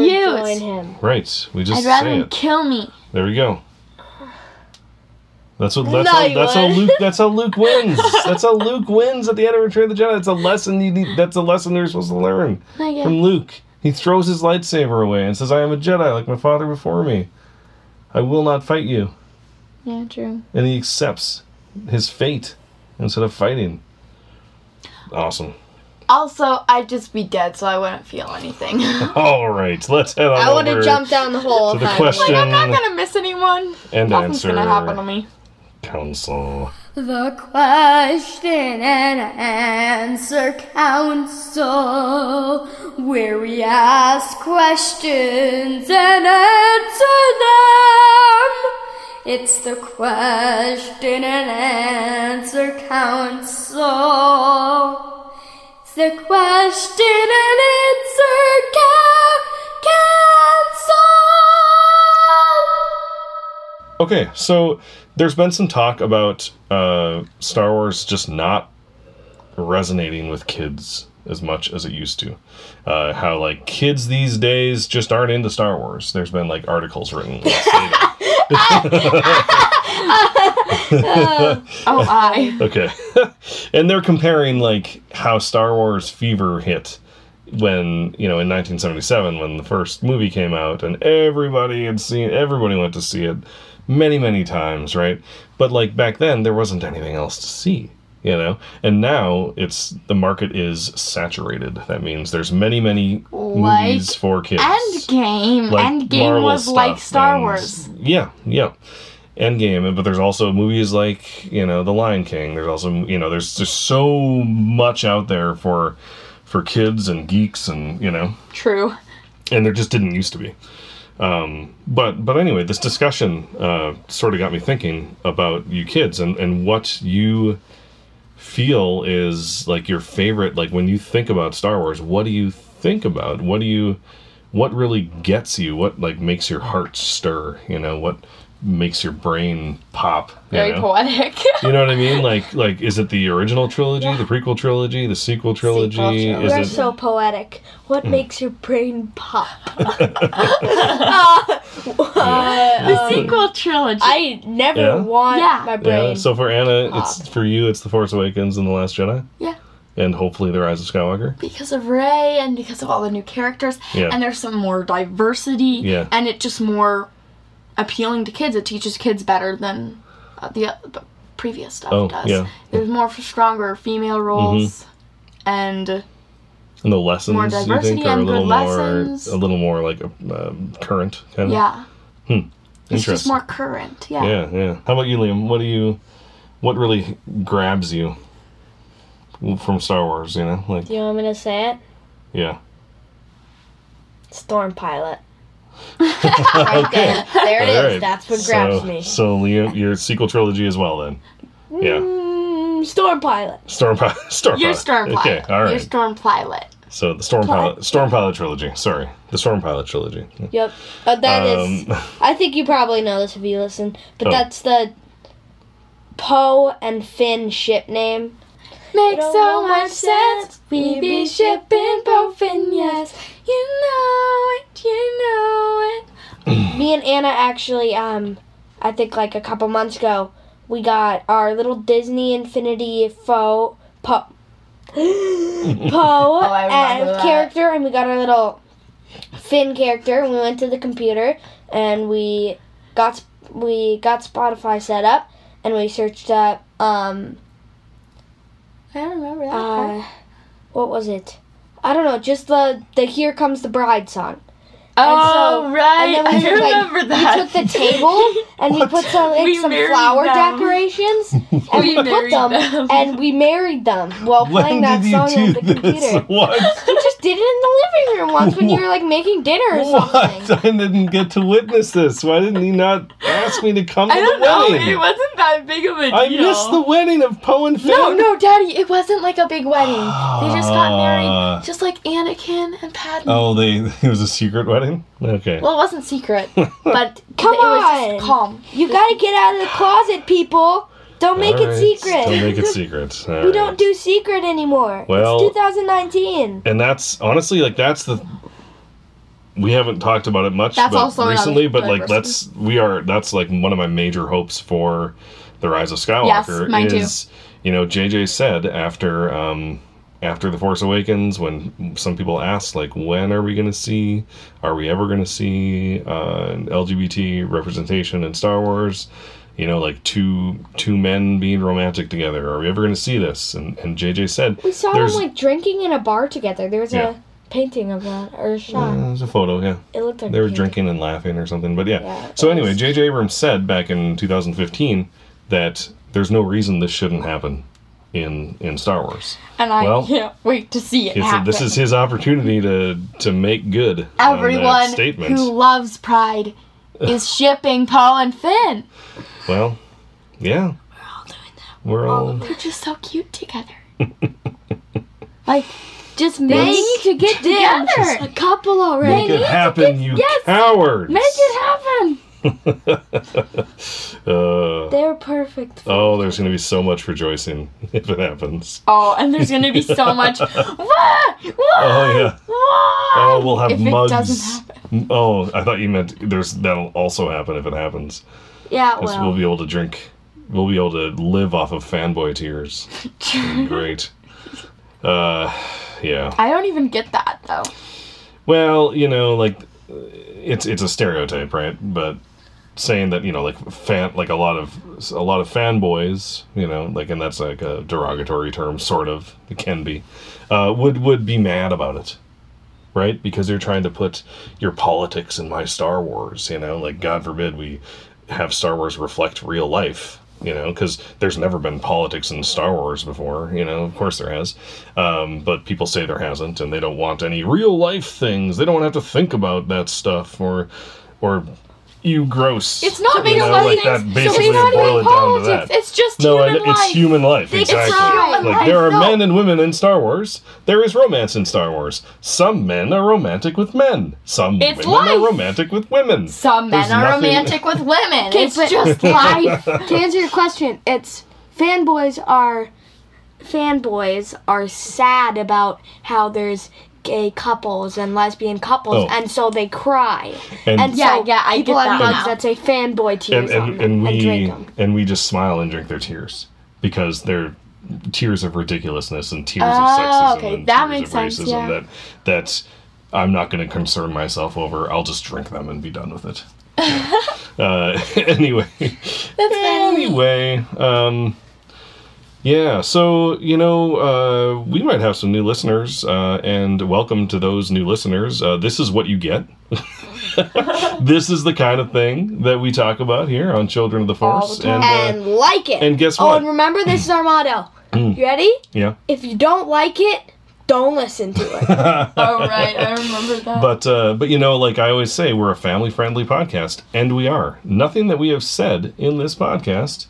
[SPEAKER 4] join
[SPEAKER 3] refuse.
[SPEAKER 4] him.
[SPEAKER 2] right. We just
[SPEAKER 3] I'd rather
[SPEAKER 2] say
[SPEAKER 3] him
[SPEAKER 2] it.
[SPEAKER 3] kill me.
[SPEAKER 2] there we go. That's what. That's,
[SPEAKER 4] No,
[SPEAKER 2] how,
[SPEAKER 4] you
[SPEAKER 2] that's how
[SPEAKER 4] won't.
[SPEAKER 2] Luke. That's how Luke wins. that's how Luke wins at the end of Return of the Jedi. That's a lesson you need. That's a lesson you're supposed to learn from Luke. He throws his lightsaber away and says, "I am a Jedi, like my father before me. I will not fight you."
[SPEAKER 3] Yeah, true.
[SPEAKER 2] and he accepts his fate instead of fighting. Awesome.
[SPEAKER 3] Also, I'd just be dead, so I wouldn't feel anything.
[SPEAKER 2] All right, let's head on
[SPEAKER 4] I would
[SPEAKER 2] over
[SPEAKER 4] have jumped down the hole.
[SPEAKER 2] to
[SPEAKER 4] if
[SPEAKER 2] the
[SPEAKER 4] I-
[SPEAKER 2] question
[SPEAKER 3] I'm not gonna miss anyone.
[SPEAKER 2] and
[SPEAKER 3] Nothing's
[SPEAKER 2] answer
[SPEAKER 3] gonna happen to me.
[SPEAKER 2] council.
[SPEAKER 6] The question and answer council, where we ask questions and answer them. It's the question and answer council. It's the question and answer ca- council.
[SPEAKER 2] Okay, so there's been some talk about uh, Star Wars just not resonating with kids as much as it used to. Uh, how like kids these days just aren't into Star Wars. There's been like articles written. like, saying that.
[SPEAKER 3] Oh, I.
[SPEAKER 2] Okay. and they're comparing like how Star Wars fever hit when, you know, in 1977 when the first movie came out and everybody had seen everybody went to see it many many times, right? But like back then there wasn't anything else to see, you know? And now it's the market is saturated. That means there's many many
[SPEAKER 3] Like
[SPEAKER 2] movies for kids.
[SPEAKER 3] Endgame.
[SPEAKER 2] Like
[SPEAKER 3] Endgame
[SPEAKER 2] Marvel
[SPEAKER 3] was
[SPEAKER 2] stuff
[SPEAKER 3] like Star
[SPEAKER 2] and-
[SPEAKER 3] Wars.
[SPEAKER 2] Yeah, yeah. Endgame, but there's also movies like you know The Lion King. There's also you know there's just so much out there for for kids and geeks and you know
[SPEAKER 3] True.
[SPEAKER 2] and there just didn't used to be. Um, but but anyway, this discussion uh, sort of got me thinking about you kids and and what you feel is like your favorite. Like when you think about Star Wars, what do you think about? What do you what really gets you? What like makes your heart stir? You know what makes your brain pop? you
[SPEAKER 3] Very
[SPEAKER 2] know?
[SPEAKER 3] poetic.
[SPEAKER 2] You know what I mean? Like, like, is it the original trilogy, the prequel trilogy, the sequel trilogy?
[SPEAKER 3] trilogy.
[SPEAKER 2] Is Hmm.
[SPEAKER 4] We're
[SPEAKER 2] it
[SPEAKER 4] so poetic. What makes your brain pop? Uh,
[SPEAKER 2] yeah.
[SPEAKER 3] Sequel trilogy.
[SPEAKER 4] I never
[SPEAKER 2] Yeah?
[SPEAKER 4] want
[SPEAKER 3] Yeah.
[SPEAKER 4] my
[SPEAKER 2] Yeah.
[SPEAKER 4] brain.
[SPEAKER 2] So for Anna, it's for you. It's the Force Awakens and the Last Jedi.
[SPEAKER 3] Ah. Yeah.
[SPEAKER 2] And hopefully the Rise of Skywalker.
[SPEAKER 3] because of Ray and because of all the new characters,
[SPEAKER 2] Yeah.
[SPEAKER 3] and there's some more diversity,
[SPEAKER 2] Yeah.
[SPEAKER 3] and it just more appealing to kids. It teaches kids better than uh, the uh, b- previous stuff
[SPEAKER 2] Oh,
[SPEAKER 3] does.
[SPEAKER 2] yeah. Mm-hmm.
[SPEAKER 3] There's more for stronger female roles, and
[SPEAKER 2] And the lessons
[SPEAKER 3] More
[SPEAKER 2] you
[SPEAKER 3] diversity
[SPEAKER 2] think are a
[SPEAKER 3] and good
[SPEAKER 2] little
[SPEAKER 3] lessons.
[SPEAKER 2] more, a little more like um, current kind of.
[SPEAKER 3] yeah, it's
[SPEAKER 2] Interesting.
[SPEAKER 3] just more current. Yeah.
[SPEAKER 2] yeah, yeah. How about you, Liam? What do you? What really grabs you from Star Wars? You know, like
[SPEAKER 4] Do you want me to say it?
[SPEAKER 2] yeah.
[SPEAKER 4] Storm pilot. right there. There it is.
[SPEAKER 2] All right.
[SPEAKER 4] That's what grabs
[SPEAKER 2] So-
[SPEAKER 4] me.
[SPEAKER 2] So Liam, your sequel trilogy as well then. Yeah,
[SPEAKER 4] Mm, storm pilot.
[SPEAKER 2] Storm Pilot. Storm
[SPEAKER 3] You're
[SPEAKER 2] Pilot.
[SPEAKER 3] Storm Pilot.
[SPEAKER 2] Okay, all
[SPEAKER 3] You're
[SPEAKER 2] right.
[SPEAKER 3] Storm Pilot.
[SPEAKER 2] so the Storm Pilot, Storm Pilot trilogy. Sorry, the Storm Pilot trilogy.
[SPEAKER 4] Yep. Uh, that is.
[SPEAKER 2] Um,
[SPEAKER 4] I think you probably know this if you listen, but
[SPEAKER 2] Oh.
[SPEAKER 4] that's the Poe and Finn ship name.
[SPEAKER 3] Makes
[SPEAKER 4] don't
[SPEAKER 3] so
[SPEAKER 4] know
[SPEAKER 3] much
[SPEAKER 4] much
[SPEAKER 3] sense.
[SPEAKER 4] sense.
[SPEAKER 3] We be shipping Bofin, yes. You know it, you know it.
[SPEAKER 4] Me and Anna actually, um, I think like a couple months ago, we got our little Disney Infinity Fo Poe Poe
[SPEAKER 3] Oh, I remember
[SPEAKER 4] and
[SPEAKER 3] that.
[SPEAKER 4] character, and we got our little Finn character, and we went to the computer and we got sp- we got Spotify set up, and we searched up um.
[SPEAKER 3] I remember that. part.
[SPEAKER 4] uh, what was it? I don't know. Just the the "Here Comes the Bride" song.
[SPEAKER 3] Oh, right.
[SPEAKER 4] and then we
[SPEAKER 3] I
[SPEAKER 4] took, like,
[SPEAKER 3] remember
[SPEAKER 4] We
[SPEAKER 3] that.
[SPEAKER 4] took the table and we put some like
[SPEAKER 3] We
[SPEAKER 4] some
[SPEAKER 3] married
[SPEAKER 4] flower
[SPEAKER 3] them.
[SPEAKER 4] decorations and we,
[SPEAKER 3] We
[SPEAKER 4] put
[SPEAKER 3] married
[SPEAKER 4] them,
[SPEAKER 3] them.
[SPEAKER 4] and we married them while playing that song on the computer.
[SPEAKER 2] What?
[SPEAKER 4] You just did it in the living room once when you were like making dinner or something.
[SPEAKER 2] What? I didn't get to witness this. Why didn't he not ask me to come
[SPEAKER 3] I
[SPEAKER 2] to
[SPEAKER 3] don't
[SPEAKER 2] the
[SPEAKER 3] know.
[SPEAKER 2] wedding?
[SPEAKER 3] It wasn't that big of a deal.
[SPEAKER 2] I missed the wedding of Poe and Finn.
[SPEAKER 3] No, Oh, no, Daddy. It wasn't like a big wedding. They just got
[SPEAKER 2] Ah.
[SPEAKER 3] married, just like Anakin and Padme.
[SPEAKER 2] Oh, they it was a secret wedding. Okay.
[SPEAKER 3] Well, it wasn't secret, but
[SPEAKER 4] Come
[SPEAKER 3] it was
[SPEAKER 4] on.
[SPEAKER 3] just calm.
[SPEAKER 4] You gotta get out of the closet, people. Don't make
[SPEAKER 2] All
[SPEAKER 4] it
[SPEAKER 2] right,
[SPEAKER 4] secret.
[SPEAKER 2] Don't make it secret. All
[SPEAKER 4] we
[SPEAKER 2] right.
[SPEAKER 4] don't do secret anymore.
[SPEAKER 2] Well-
[SPEAKER 4] it's 2019.
[SPEAKER 2] and that's honestly like that's the we haven't talked about it much
[SPEAKER 3] That's
[SPEAKER 2] but
[SPEAKER 3] also another
[SPEAKER 2] recently but like
[SPEAKER 3] diversity.
[SPEAKER 2] that's we are that's like one of my major hopes for the rise of skywalker
[SPEAKER 3] mine too.
[SPEAKER 2] is you know jj said after um after the force awakens when some people asked like when are we going to see are we ever going to see uh, an lgbt representation in star wars you know like two two men being romantic together are we ever going to see this and and jj said
[SPEAKER 4] We saw
[SPEAKER 2] there's-
[SPEAKER 4] them like drinking in a bar together. There was
[SPEAKER 2] Yeah.
[SPEAKER 4] a painting of that or a shot.
[SPEAKER 2] Yeah, there's a photo yeah
[SPEAKER 4] It looked like
[SPEAKER 2] they were
[SPEAKER 4] painting.
[SPEAKER 2] drinking and laughing or something. But yeah.
[SPEAKER 4] Yeah,
[SPEAKER 2] so
[SPEAKER 4] it
[SPEAKER 2] anyway,
[SPEAKER 4] was-
[SPEAKER 2] J.J. Abrams said back in 2015 that there's no reason this shouldn't happen in in Star Wars.
[SPEAKER 3] And I
[SPEAKER 2] Well,
[SPEAKER 3] can't wait to see it
[SPEAKER 2] He said
[SPEAKER 3] happen.
[SPEAKER 2] this is his opportunity to to make good on that
[SPEAKER 3] Everyone
[SPEAKER 2] statement.
[SPEAKER 3] who loves Pride is shipping Paul and Finn.
[SPEAKER 2] Well, yeah. We're all
[SPEAKER 3] They're just so cute together. like, just make
[SPEAKER 4] They need to get
[SPEAKER 3] together.
[SPEAKER 4] together. A couple already.
[SPEAKER 2] make it happen, you cowards.
[SPEAKER 3] Make it happen.
[SPEAKER 2] Uh,
[SPEAKER 4] They're perfect.
[SPEAKER 2] oh, there's going to be so much rejoicing if it happens.
[SPEAKER 3] Oh, and there's gonna be so much. Why? Why?
[SPEAKER 2] Oh yeah.
[SPEAKER 3] Why?
[SPEAKER 2] Oh, we'll have
[SPEAKER 3] if
[SPEAKER 2] mugs.
[SPEAKER 3] It doesn't happen.
[SPEAKER 2] Oh, I thought you meant there's that'll also happen if it happens.
[SPEAKER 4] Yeah,
[SPEAKER 2] Because
[SPEAKER 4] well,
[SPEAKER 2] we'll be able to drink. We'll be able to live off of fanboy tears. It'll be Great. Uh, yeah.
[SPEAKER 3] I don't even get that though.
[SPEAKER 2] Well, you know, like it's it's a stereotype, right? But saying that you know, like fan, like a lot of a lot of fanboys, you know, like and that's like a derogatory term, sort of. It can be. Uh, would would be mad about it, right? Because they're trying to put your politics in my Star Wars. You know, like God forbid we have Star Wars reflect real life. You know, because there's never been politics in Star Wars before. You know, of course there has, um, but people say there hasn't, and they don't want any real life things. They don't want to have to think about that stuff or, or you gross.
[SPEAKER 3] It's not
[SPEAKER 2] you
[SPEAKER 3] real
[SPEAKER 2] know,
[SPEAKER 3] life
[SPEAKER 2] like
[SPEAKER 3] things,
[SPEAKER 2] that
[SPEAKER 3] so
[SPEAKER 2] basically
[SPEAKER 3] it's not even
[SPEAKER 2] boil it down to
[SPEAKER 3] politics,
[SPEAKER 2] that.
[SPEAKER 3] it's just
[SPEAKER 2] no,
[SPEAKER 3] human
[SPEAKER 2] I-
[SPEAKER 3] life.
[SPEAKER 2] it's human life. exactly.
[SPEAKER 3] human
[SPEAKER 2] like
[SPEAKER 3] life,
[SPEAKER 2] there are
[SPEAKER 3] no.
[SPEAKER 2] men and women in Star Wars. There is romance in Star Wars. Some men are romantic with men. Some
[SPEAKER 3] It's
[SPEAKER 2] women are
[SPEAKER 3] life.
[SPEAKER 2] romantic with women.
[SPEAKER 3] Some men
[SPEAKER 2] There's
[SPEAKER 3] are
[SPEAKER 2] nothing-
[SPEAKER 3] romantic with women. It's
[SPEAKER 6] but-
[SPEAKER 3] just life.
[SPEAKER 6] to answer your question, it's fanboys are fanboys are sad about how there's gay couples and lesbian couples,
[SPEAKER 2] Oh.
[SPEAKER 6] and so they cry.
[SPEAKER 2] And-
[SPEAKER 6] so
[SPEAKER 3] Yeah, yeah, I
[SPEAKER 6] people
[SPEAKER 3] get
[SPEAKER 6] have
[SPEAKER 3] that now.
[SPEAKER 6] mugs that say fanboy
[SPEAKER 2] and
[SPEAKER 6] tears on
[SPEAKER 2] and,
[SPEAKER 6] them
[SPEAKER 2] and
[SPEAKER 6] drink
[SPEAKER 2] we
[SPEAKER 6] 'em.
[SPEAKER 2] and we just smile and drink their tears because they're tears of ridiculousness and tears of
[SPEAKER 3] Oh,
[SPEAKER 2] sexism
[SPEAKER 3] okay,
[SPEAKER 2] and
[SPEAKER 3] that
[SPEAKER 2] tears
[SPEAKER 3] makes
[SPEAKER 2] of
[SPEAKER 3] sense,
[SPEAKER 2] racism
[SPEAKER 3] yeah.
[SPEAKER 2] that that I'm not going to concern myself over. I'll just drink them and be done with it. Yeah. uh, anyway, anyway, um, yeah. So you know, uh, we might have some new listeners, uh, and welcome to those new listeners. Uh, this is what you get. this is the kind of thing that we talk about here on Children of the Force, and uh,
[SPEAKER 4] and like it.
[SPEAKER 2] and guess
[SPEAKER 4] oh,
[SPEAKER 2] what? Mm.
[SPEAKER 4] and remember, this is our motto. you ready?
[SPEAKER 2] yeah.
[SPEAKER 4] If you don't like it, don't listen to it.
[SPEAKER 3] oh right, I remember that.
[SPEAKER 2] But uh, but you know, like I always say, we're a family friendly podcast, and we are. Nothing that we have said in this podcast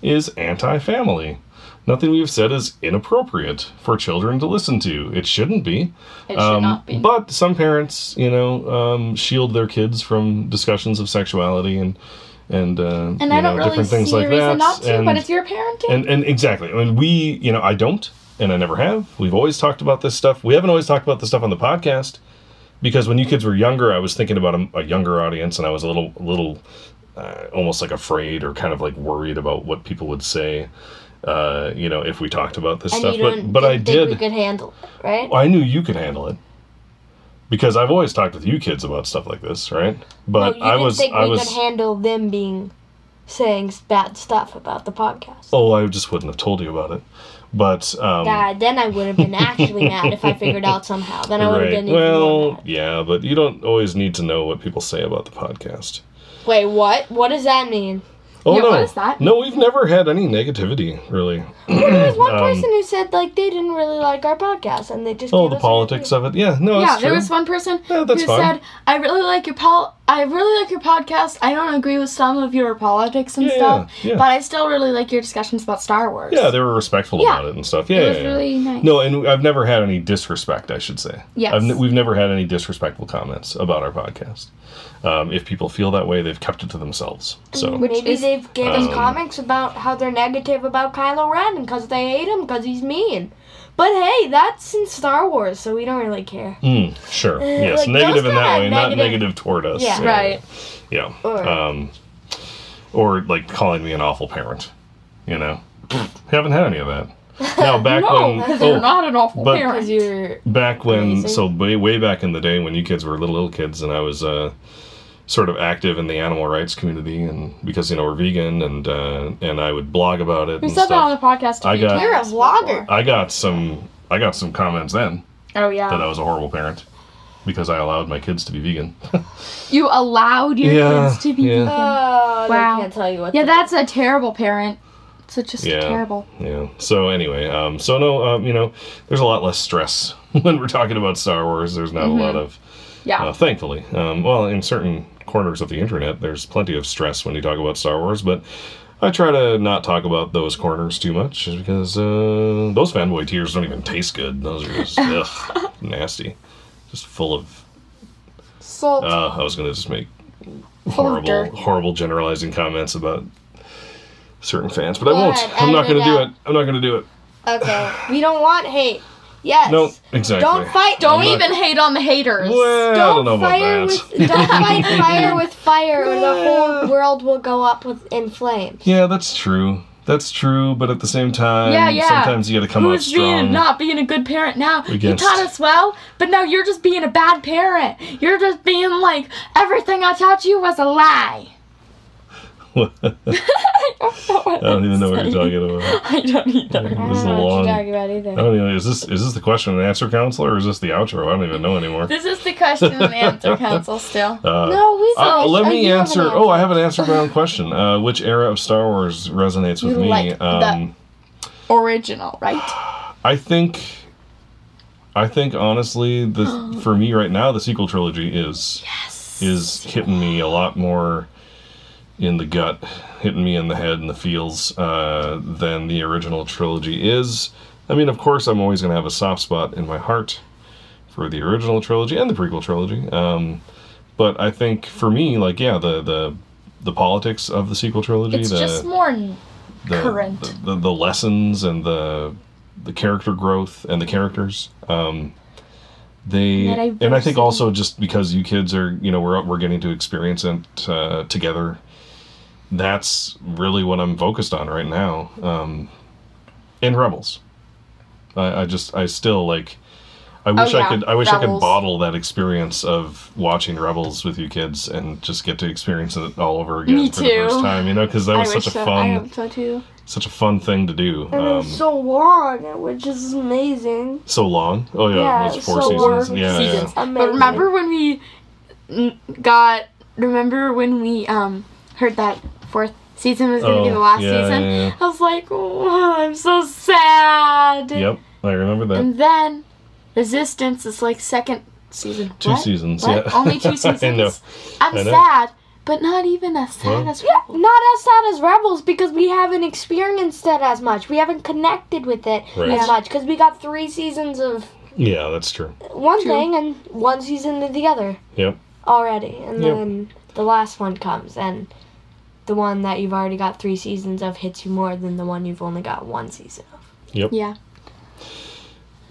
[SPEAKER 2] is anti family. Nothing we have said is inappropriate for children to listen to. It shouldn't be. Um,
[SPEAKER 3] it should not be.
[SPEAKER 2] But some parents, you know, um, shield their kids from discussions of sexuality and and uh,
[SPEAKER 3] and
[SPEAKER 2] you
[SPEAKER 3] I don't
[SPEAKER 2] know,
[SPEAKER 3] really
[SPEAKER 2] different
[SPEAKER 3] see
[SPEAKER 2] things
[SPEAKER 3] a
[SPEAKER 2] like
[SPEAKER 3] reason
[SPEAKER 2] that.
[SPEAKER 3] not to.
[SPEAKER 2] and,
[SPEAKER 3] but it's your parenting.
[SPEAKER 2] and and exactly. I mean, we, you know, I don't, and I never have. We've always talked about this stuff. We haven't always talked about this stuff on the podcast because when you kids were younger, I was thinking about a, a younger audience, and I was a little, a little, uh, almost like afraid or kind of like worried about what people would say. Uh, you know, if we talked about this stuff, but but I
[SPEAKER 4] think
[SPEAKER 2] did.
[SPEAKER 4] We could handle it, right?
[SPEAKER 2] I knew you could handle it because I've always talked with you kids about stuff like this, right? But
[SPEAKER 4] you
[SPEAKER 2] I
[SPEAKER 4] didn't
[SPEAKER 2] was,
[SPEAKER 4] think
[SPEAKER 2] I
[SPEAKER 4] we
[SPEAKER 2] was.
[SPEAKER 4] could handle them being saying bad stuff about the podcast.
[SPEAKER 2] oh, I just wouldn't have told you about it. But um,
[SPEAKER 4] God, then I would have been actually mad if I figured out somehow. Then I would have
[SPEAKER 2] Right.
[SPEAKER 4] been even more
[SPEAKER 2] Well,
[SPEAKER 4] mad.
[SPEAKER 2] yeah, but you don't always need to know what people say about the podcast.
[SPEAKER 4] Wait, what? What does that mean?
[SPEAKER 2] Oh
[SPEAKER 3] Yeah,
[SPEAKER 2] no,
[SPEAKER 3] what is that?
[SPEAKER 2] no, we've never had any negativity really.
[SPEAKER 4] There's one person who said like they didn't really like our podcast and they just
[SPEAKER 2] Oh,
[SPEAKER 4] gave
[SPEAKER 2] the
[SPEAKER 4] us a
[SPEAKER 2] politics of it. Yeah, no,
[SPEAKER 3] yeah,
[SPEAKER 2] that's
[SPEAKER 3] there
[SPEAKER 2] true.
[SPEAKER 3] was one person
[SPEAKER 2] Yeah, that's
[SPEAKER 3] who
[SPEAKER 2] fine.
[SPEAKER 3] said, "I really like your pol- I really like your podcast. I don't agree with some of your politics and
[SPEAKER 2] Yeah,
[SPEAKER 3] stuff,
[SPEAKER 2] yeah, yeah.
[SPEAKER 3] but I still really like your discussions about Star Wars.
[SPEAKER 2] Yeah, they were respectful about it and stuff. Yeah,
[SPEAKER 3] it was
[SPEAKER 2] yeah, yeah.
[SPEAKER 3] really nice.
[SPEAKER 2] No, and I've never had any disrespect. I should say.
[SPEAKER 3] Yes.
[SPEAKER 2] I've n- we've never had any disrespectful comments about our podcast. Um, if people feel that way, they've kept it to themselves. So
[SPEAKER 6] Maybe
[SPEAKER 3] is-
[SPEAKER 6] they've given
[SPEAKER 2] um,
[SPEAKER 6] comics about how they're negative about Kylo Ren because they hate him because he's mean. But hey, that's in Star Wars, so we don't really care.
[SPEAKER 3] Mm-hmm.
[SPEAKER 2] Mm, sure.
[SPEAKER 3] Uh,
[SPEAKER 2] Yes,
[SPEAKER 6] like,
[SPEAKER 2] negative
[SPEAKER 6] those
[SPEAKER 2] in that
[SPEAKER 6] are
[SPEAKER 2] way, not
[SPEAKER 6] negative-
[SPEAKER 2] negative toward us.
[SPEAKER 6] Yeah.
[SPEAKER 3] Right.
[SPEAKER 2] Yeah.
[SPEAKER 6] Or-
[SPEAKER 2] um, or like calling me an awful parent. You know, haven't had any of that. Now back
[SPEAKER 3] No,
[SPEAKER 2] when
[SPEAKER 3] because
[SPEAKER 2] oh,
[SPEAKER 3] you're not an awful
[SPEAKER 2] but-
[SPEAKER 3] parent.
[SPEAKER 6] You're
[SPEAKER 2] back when so way, way back in the day when you kids were little little kids and i was uh, sort of active in the animal rights community and because you know we're vegan and uh, and i would blog about it
[SPEAKER 3] We
[SPEAKER 2] and
[SPEAKER 3] said
[SPEAKER 2] stuff
[SPEAKER 3] that on the podcast. a
[SPEAKER 2] I
[SPEAKER 3] few
[SPEAKER 2] got-
[SPEAKER 3] times
[SPEAKER 2] You're
[SPEAKER 6] a
[SPEAKER 3] before.
[SPEAKER 6] vlogger.
[SPEAKER 2] i got some i got some comments then
[SPEAKER 3] Oh
[SPEAKER 2] that i
[SPEAKER 3] yeah.
[SPEAKER 2] was a horrible parent because i allowed my kids to be vegan
[SPEAKER 3] You allowed your
[SPEAKER 2] Yeah,
[SPEAKER 3] kids to be.
[SPEAKER 2] yeah.
[SPEAKER 3] vegan.
[SPEAKER 4] Oh,
[SPEAKER 3] Wow.
[SPEAKER 4] they can't tell you what.
[SPEAKER 3] Yeah,
[SPEAKER 4] to-
[SPEAKER 3] that's a terrible parent. So just
[SPEAKER 2] Yeah.
[SPEAKER 3] terrible.
[SPEAKER 2] yeah so anyway um, so no um, you know there's a lot less stress when we're talking about star wars there's
[SPEAKER 4] Mm-hmm.
[SPEAKER 2] not a lot of
[SPEAKER 3] Yeah.
[SPEAKER 2] Uh, thankfully, um, well, in certain corners of the internet, there's plenty of stress when you talk about Star Wars, but I try to not talk about those corners too much just because uh, those fanboy tears don't even taste good. Those are just ugh, nasty, just full of.
[SPEAKER 3] Salt.
[SPEAKER 2] Uh, I was gonna just make
[SPEAKER 3] Full of
[SPEAKER 2] horrible,
[SPEAKER 3] dirt.
[SPEAKER 2] horrible generalizing comments about certain fans, but I won't.
[SPEAKER 4] ahead,
[SPEAKER 2] I'm not
[SPEAKER 4] edit
[SPEAKER 2] gonna
[SPEAKER 4] it
[SPEAKER 2] do
[SPEAKER 4] out.
[SPEAKER 2] it. I'm not gonna do it.
[SPEAKER 4] okay. We don't want hate. Yes.
[SPEAKER 2] No, exactly.
[SPEAKER 4] Don't fight.
[SPEAKER 3] Don't
[SPEAKER 2] I'm not-
[SPEAKER 3] even hate on the haters.
[SPEAKER 2] Well, I don't know about
[SPEAKER 4] fire
[SPEAKER 2] that.
[SPEAKER 4] with don't fight fire with fire, and the whole world will go up with in flames.
[SPEAKER 2] yeah, that's true. That's true, but at the same time,
[SPEAKER 3] Yeah, yeah.
[SPEAKER 2] sometimes you got to come out
[SPEAKER 3] Who's
[SPEAKER 2] strong.
[SPEAKER 3] being not being a good parent now? You
[SPEAKER 2] Against-
[SPEAKER 3] taught us well, but now you're just being a bad parent. You're just being like everything I taught you was a lie.
[SPEAKER 2] I don't even know what you're talking about.
[SPEAKER 3] I don't either.
[SPEAKER 2] This is a
[SPEAKER 4] I don't know what
[SPEAKER 2] long.
[SPEAKER 4] you're
[SPEAKER 2] I
[SPEAKER 4] talking about either.
[SPEAKER 2] don't even. Is this is this the question and answer counselor or is this the outro? I don't even know anymore.
[SPEAKER 3] This is the question and answer council still.
[SPEAKER 2] Uh,
[SPEAKER 4] No, we.
[SPEAKER 2] uh, let
[SPEAKER 4] Oh,
[SPEAKER 2] me
[SPEAKER 4] you have an
[SPEAKER 2] answer. Oh, I have an answer my own question. Uh, which era of Star Wars resonates with
[SPEAKER 3] You
[SPEAKER 2] me?
[SPEAKER 3] like the-
[SPEAKER 2] um,
[SPEAKER 3] Original, right?
[SPEAKER 2] I think. I think honestly, the for me right now, the sequel trilogy is is hitting me a lot more in the gut, hitting me in the head and the feels uh, than the original trilogy is. I mean, of course, I'm always going to have a soft spot in my heart for the original trilogy and the prequel trilogy. Um, but I think for me, like, yeah, the the the politics of the sequel trilogy,
[SPEAKER 3] It's
[SPEAKER 2] the,
[SPEAKER 3] just more. n-
[SPEAKER 2] the,
[SPEAKER 3] current.
[SPEAKER 2] the, the, the lessons and the the character growth and the characters um they
[SPEAKER 3] That I've
[SPEAKER 2] and i
[SPEAKER 3] never
[SPEAKER 2] think
[SPEAKER 3] seen.
[SPEAKER 2] also just because you kids are you know we're we're getting to experience it uh, together that's really what i'm focused on right now um and rebels i i just i still like I wish I
[SPEAKER 3] Oh, yeah,
[SPEAKER 2] could. I wish I could
[SPEAKER 3] Rebels.
[SPEAKER 2] bottle that experience of watching Rebels with you kids and just get to experience it all over again
[SPEAKER 3] Me
[SPEAKER 2] for the first
[SPEAKER 3] too.
[SPEAKER 2] time. You know, because that was
[SPEAKER 3] I wish
[SPEAKER 2] such a
[SPEAKER 3] so.
[SPEAKER 2] fun
[SPEAKER 3] I hope so too.
[SPEAKER 2] such a fun thing to do. Um, so,
[SPEAKER 6] so long, which is amazing.
[SPEAKER 2] long. Oh yeah,
[SPEAKER 6] Yeah,
[SPEAKER 2] it was four
[SPEAKER 6] so
[SPEAKER 2] seasons.
[SPEAKER 6] long
[SPEAKER 2] Yeah, yeah,
[SPEAKER 3] seasons. But
[SPEAKER 6] Amazing.
[SPEAKER 3] remember when we n- got? Remember when we um heard that fourth season was gonna be
[SPEAKER 2] Oh,
[SPEAKER 3] the last
[SPEAKER 2] yeah,
[SPEAKER 3] season?
[SPEAKER 2] yeah, yeah.
[SPEAKER 3] I was like, oh, I'm so sad.
[SPEAKER 2] Yep, I remember that.
[SPEAKER 3] And then Resistance is like second season.
[SPEAKER 2] Two
[SPEAKER 3] What?
[SPEAKER 2] seasons.
[SPEAKER 3] What?
[SPEAKER 2] Yeah,
[SPEAKER 3] Only two seasons.
[SPEAKER 2] I know.
[SPEAKER 3] I'm
[SPEAKER 2] I know.
[SPEAKER 3] sad, but not even as sad
[SPEAKER 2] Well-
[SPEAKER 3] as
[SPEAKER 6] Yeah, not as sad as Rebels because we haven't experienced it as much. We haven't connected with it
[SPEAKER 2] Right.
[SPEAKER 6] as much because we got three seasons of
[SPEAKER 2] Yeah, that's true.
[SPEAKER 6] one thing and one season of the other
[SPEAKER 2] Yep.
[SPEAKER 6] already, and
[SPEAKER 2] Yep.
[SPEAKER 6] then the last one comes and. The one that you've already got three seasons of hits you more than the one you've only got one season of.
[SPEAKER 3] Yeah.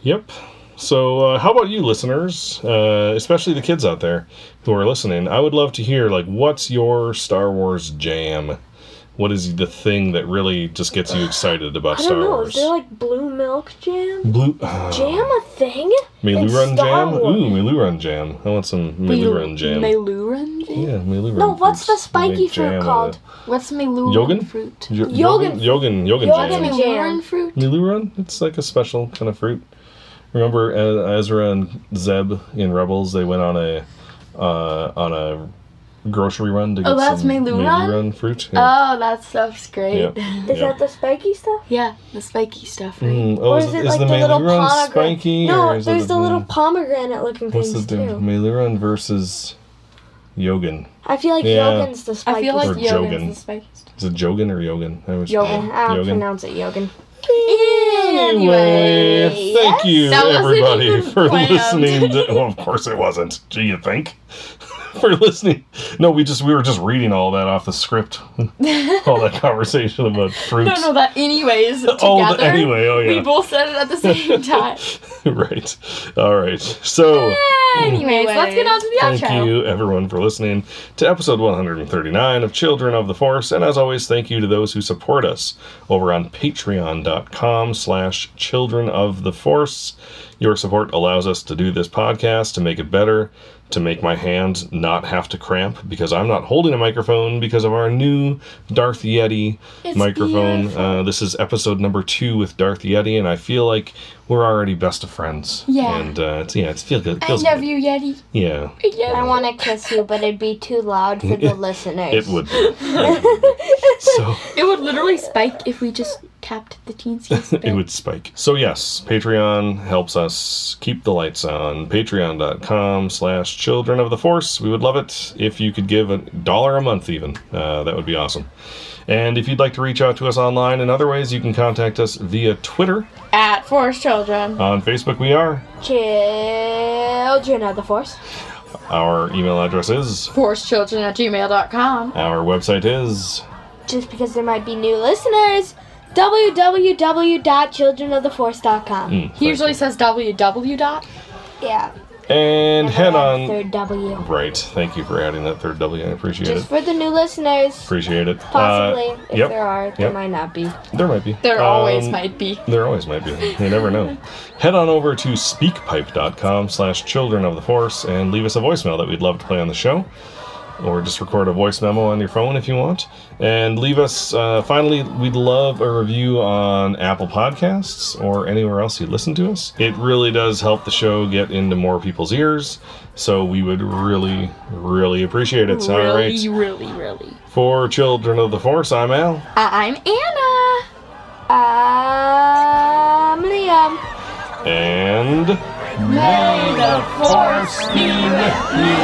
[SPEAKER 2] Yep. So, uh, how about you, listeners, uh, especially the kids out there who are listening? I would love to hear, like, what's your Star Wars jam? What is the thing that really just gets you excited about Star Wars?
[SPEAKER 6] like blue milk jam?
[SPEAKER 2] Blue uh,
[SPEAKER 6] Jam a thing?
[SPEAKER 2] Melu
[SPEAKER 6] It's
[SPEAKER 2] Run
[SPEAKER 6] Star
[SPEAKER 2] jam.
[SPEAKER 6] Wars.
[SPEAKER 2] Ooh, Melu Run jam. I want some Melu Run jam.
[SPEAKER 3] Meluran jam?
[SPEAKER 2] yeah, Melu Run.
[SPEAKER 6] No, what's the
[SPEAKER 2] fruits. We'll make
[SPEAKER 6] spiky fruit
[SPEAKER 2] jam out of
[SPEAKER 6] called?
[SPEAKER 2] it.
[SPEAKER 3] What's Meluran
[SPEAKER 2] Yogan?
[SPEAKER 3] fruit?
[SPEAKER 2] Yo- Yogan,
[SPEAKER 6] Yogan-
[SPEAKER 2] Yogan, Yogan,
[SPEAKER 6] Yogan
[SPEAKER 2] jam.
[SPEAKER 6] Jam.
[SPEAKER 3] Meluran fruit?
[SPEAKER 2] Niluron? It's like a special kind of fruit. Remember uh, Ezra and Zeb in Rebels? They went on a uh, on a grocery run to get
[SPEAKER 3] Oh, that's
[SPEAKER 2] some
[SPEAKER 3] Meluron?
[SPEAKER 2] Meluron fruit. Yeah.
[SPEAKER 3] Oh, that stuff's
[SPEAKER 2] Yeah.
[SPEAKER 3] great. Yeah,
[SPEAKER 6] Is
[SPEAKER 2] Yeah.
[SPEAKER 6] that the spiky stuff?
[SPEAKER 3] the spiky stuff, right?
[SPEAKER 2] Mm, oh,
[SPEAKER 6] Or
[SPEAKER 2] is,
[SPEAKER 6] is
[SPEAKER 2] it- is
[SPEAKER 6] it like
[SPEAKER 2] the,
[SPEAKER 6] the little
[SPEAKER 2] Meluron
[SPEAKER 6] pomegranate?
[SPEAKER 2] spiky? or
[SPEAKER 6] No,
[SPEAKER 2] is it
[SPEAKER 6] there's the little
[SPEAKER 2] mm,
[SPEAKER 6] pomegranate looking
[SPEAKER 2] What's
[SPEAKER 6] things
[SPEAKER 2] the
[SPEAKER 6] too.
[SPEAKER 2] Meluron versus Yogan.
[SPEAKER 4] I feel like
[SPEAKER 2] Yeah.
[SPEAKER 4] Yogan's the spike.
[SPEAKER 3] I feel like
[SPEAKER 2] Mm-hmm. Or Jogan.
[SPEAKER 3] Yogan's the spiciest.
[SPEAKER 2] Is it Jogan or Yogan? I always
[SPEAKER 3] Yogan.
[SPEAKER 4] I'll
[SPEAKER 2] Yogan.
[SPEAKER 4] pronounce it Yogan.
[SPEAKER 2] Anyway, thank you
[SPEAKER 3] That wasn't
[SPEAKER 2] everybody
[SPEAKER 3] even
[SPEAKER 2] for
[SPEAKER 3] planned.
[SPEAKER 2] listening. To, well, of course it wasn't. Do you think? for listening. No, we just we were just reading all that off the script. all that conversation about fruits.
[SPEAKER 3] No, no, that anyways together.
[SPEAKER 2] Oh, the- anyway, oh, yeah.
[SPEAKER 3] We both said it at the same time.
[SPEAKER 2] right. All right. So
[SPEAKER 3] anyways, let's get on to the
[SPEAKER 2] Thank
[SPEAKER 3] outro.
[SPEAKER 2] you, everyone, for listening to episode 139 of Children of the Force. And as always, thank you to those who support us over on patreon.com slash children of the force. Your support allows us to do this podcast, to make it better, to make my hand not have to cramp because I'm not holding a microphone because of our new Darth Yeti microphone. Uh, this is episode number two with Darth Yeti, and I feel like we're already best of friends.
[SPEAKER 3] Yeah.
[SPEAKER 2] And uh, it's, yeah, it's feel good.
[SPEAKER 3] I
[SPEAKER 2] feels
[SPEAKER 3] love
[SPEAKER 2] good.
[SPEAKER 3] you, Yeti.
[SPEAKER 2] Yeah.
[SPEAKER 4] I want to kiss you, but it'd be too loud for the listeners.
[SPEAKER 2] It would. be. so
[SPEAKER 3] It would literally spike if we just tapped the teensy
[SPEAKER 2] it would spike. So yes, Patreon helps us keep the lights on. Patreon.com slash children of the force. We would love it if you could give a dollar a month even. Uh, that would be awesome. And if you'd like to reach out to us online in other ways, you can contact us via Twitter.
[SPEAKER 3] at Forest Children.
[SPEAKER 2] On Facebook we are.
[SPEAKER 4] Children of the Force.
[SPEAKER 2] Our email address is.
[SPEAKER 3] Forestchildren at gmail.com.
[SPEAKER 2] Our website is.
[SPEAKER 4] Just because there might be new listeners, www.childrenoftheforce.com.
[SPEAKER 3] He usually says www dot.
[SPEAKER 4] Yeah.
[SPEAKER 2] Mm. And head on.
[SPEAKER 4] Third W.
[SPEAKER 2] Right. Thank you for adding that third W. I appreciate
[SPEAKER 4] Just
[SPEAKER 2] it.
[SPEAKER 4] for the new listeners,
[SPEAKER 2] Appreciate it. Uh,
[SPEAKER 4] possibly. if
[SPEAKER 2] yep.
[SPEAKER 4] there are, there
[SPEAKER 2] yep.
[SPEAKER 4] might not be.
[SPEAKER 2] There might be.
[SPEAKER 3] There always
[SPEAKER 2] Um,
[SPEAKER 3] might be.
[SPEAKER 2] There always might be. You never know. Head on over to speakpipe.com slash children of the force and leave us a voicemail that we'd love to play on the show. Or just record a voice memo on your phone if you want. And leave us, uh, finally, we'd love a review on Apple Podcasts or anywhere else you listen to us. It really does help the show get into more people's ears. So we would really, really appreciate it.
[SPEAKER 3] Really,
[SPEAKER 2] All right.
[SPEAKER 3] really, really. Uh,
[SPEAKER 2] For Children of the Force, I'm Al.
[SPEAKER 3] I'm Anna.
[SPEAKER 4] Um, Liam.
[SPEAKER 2] And.
[SPEAKER 3] May the Force be with you.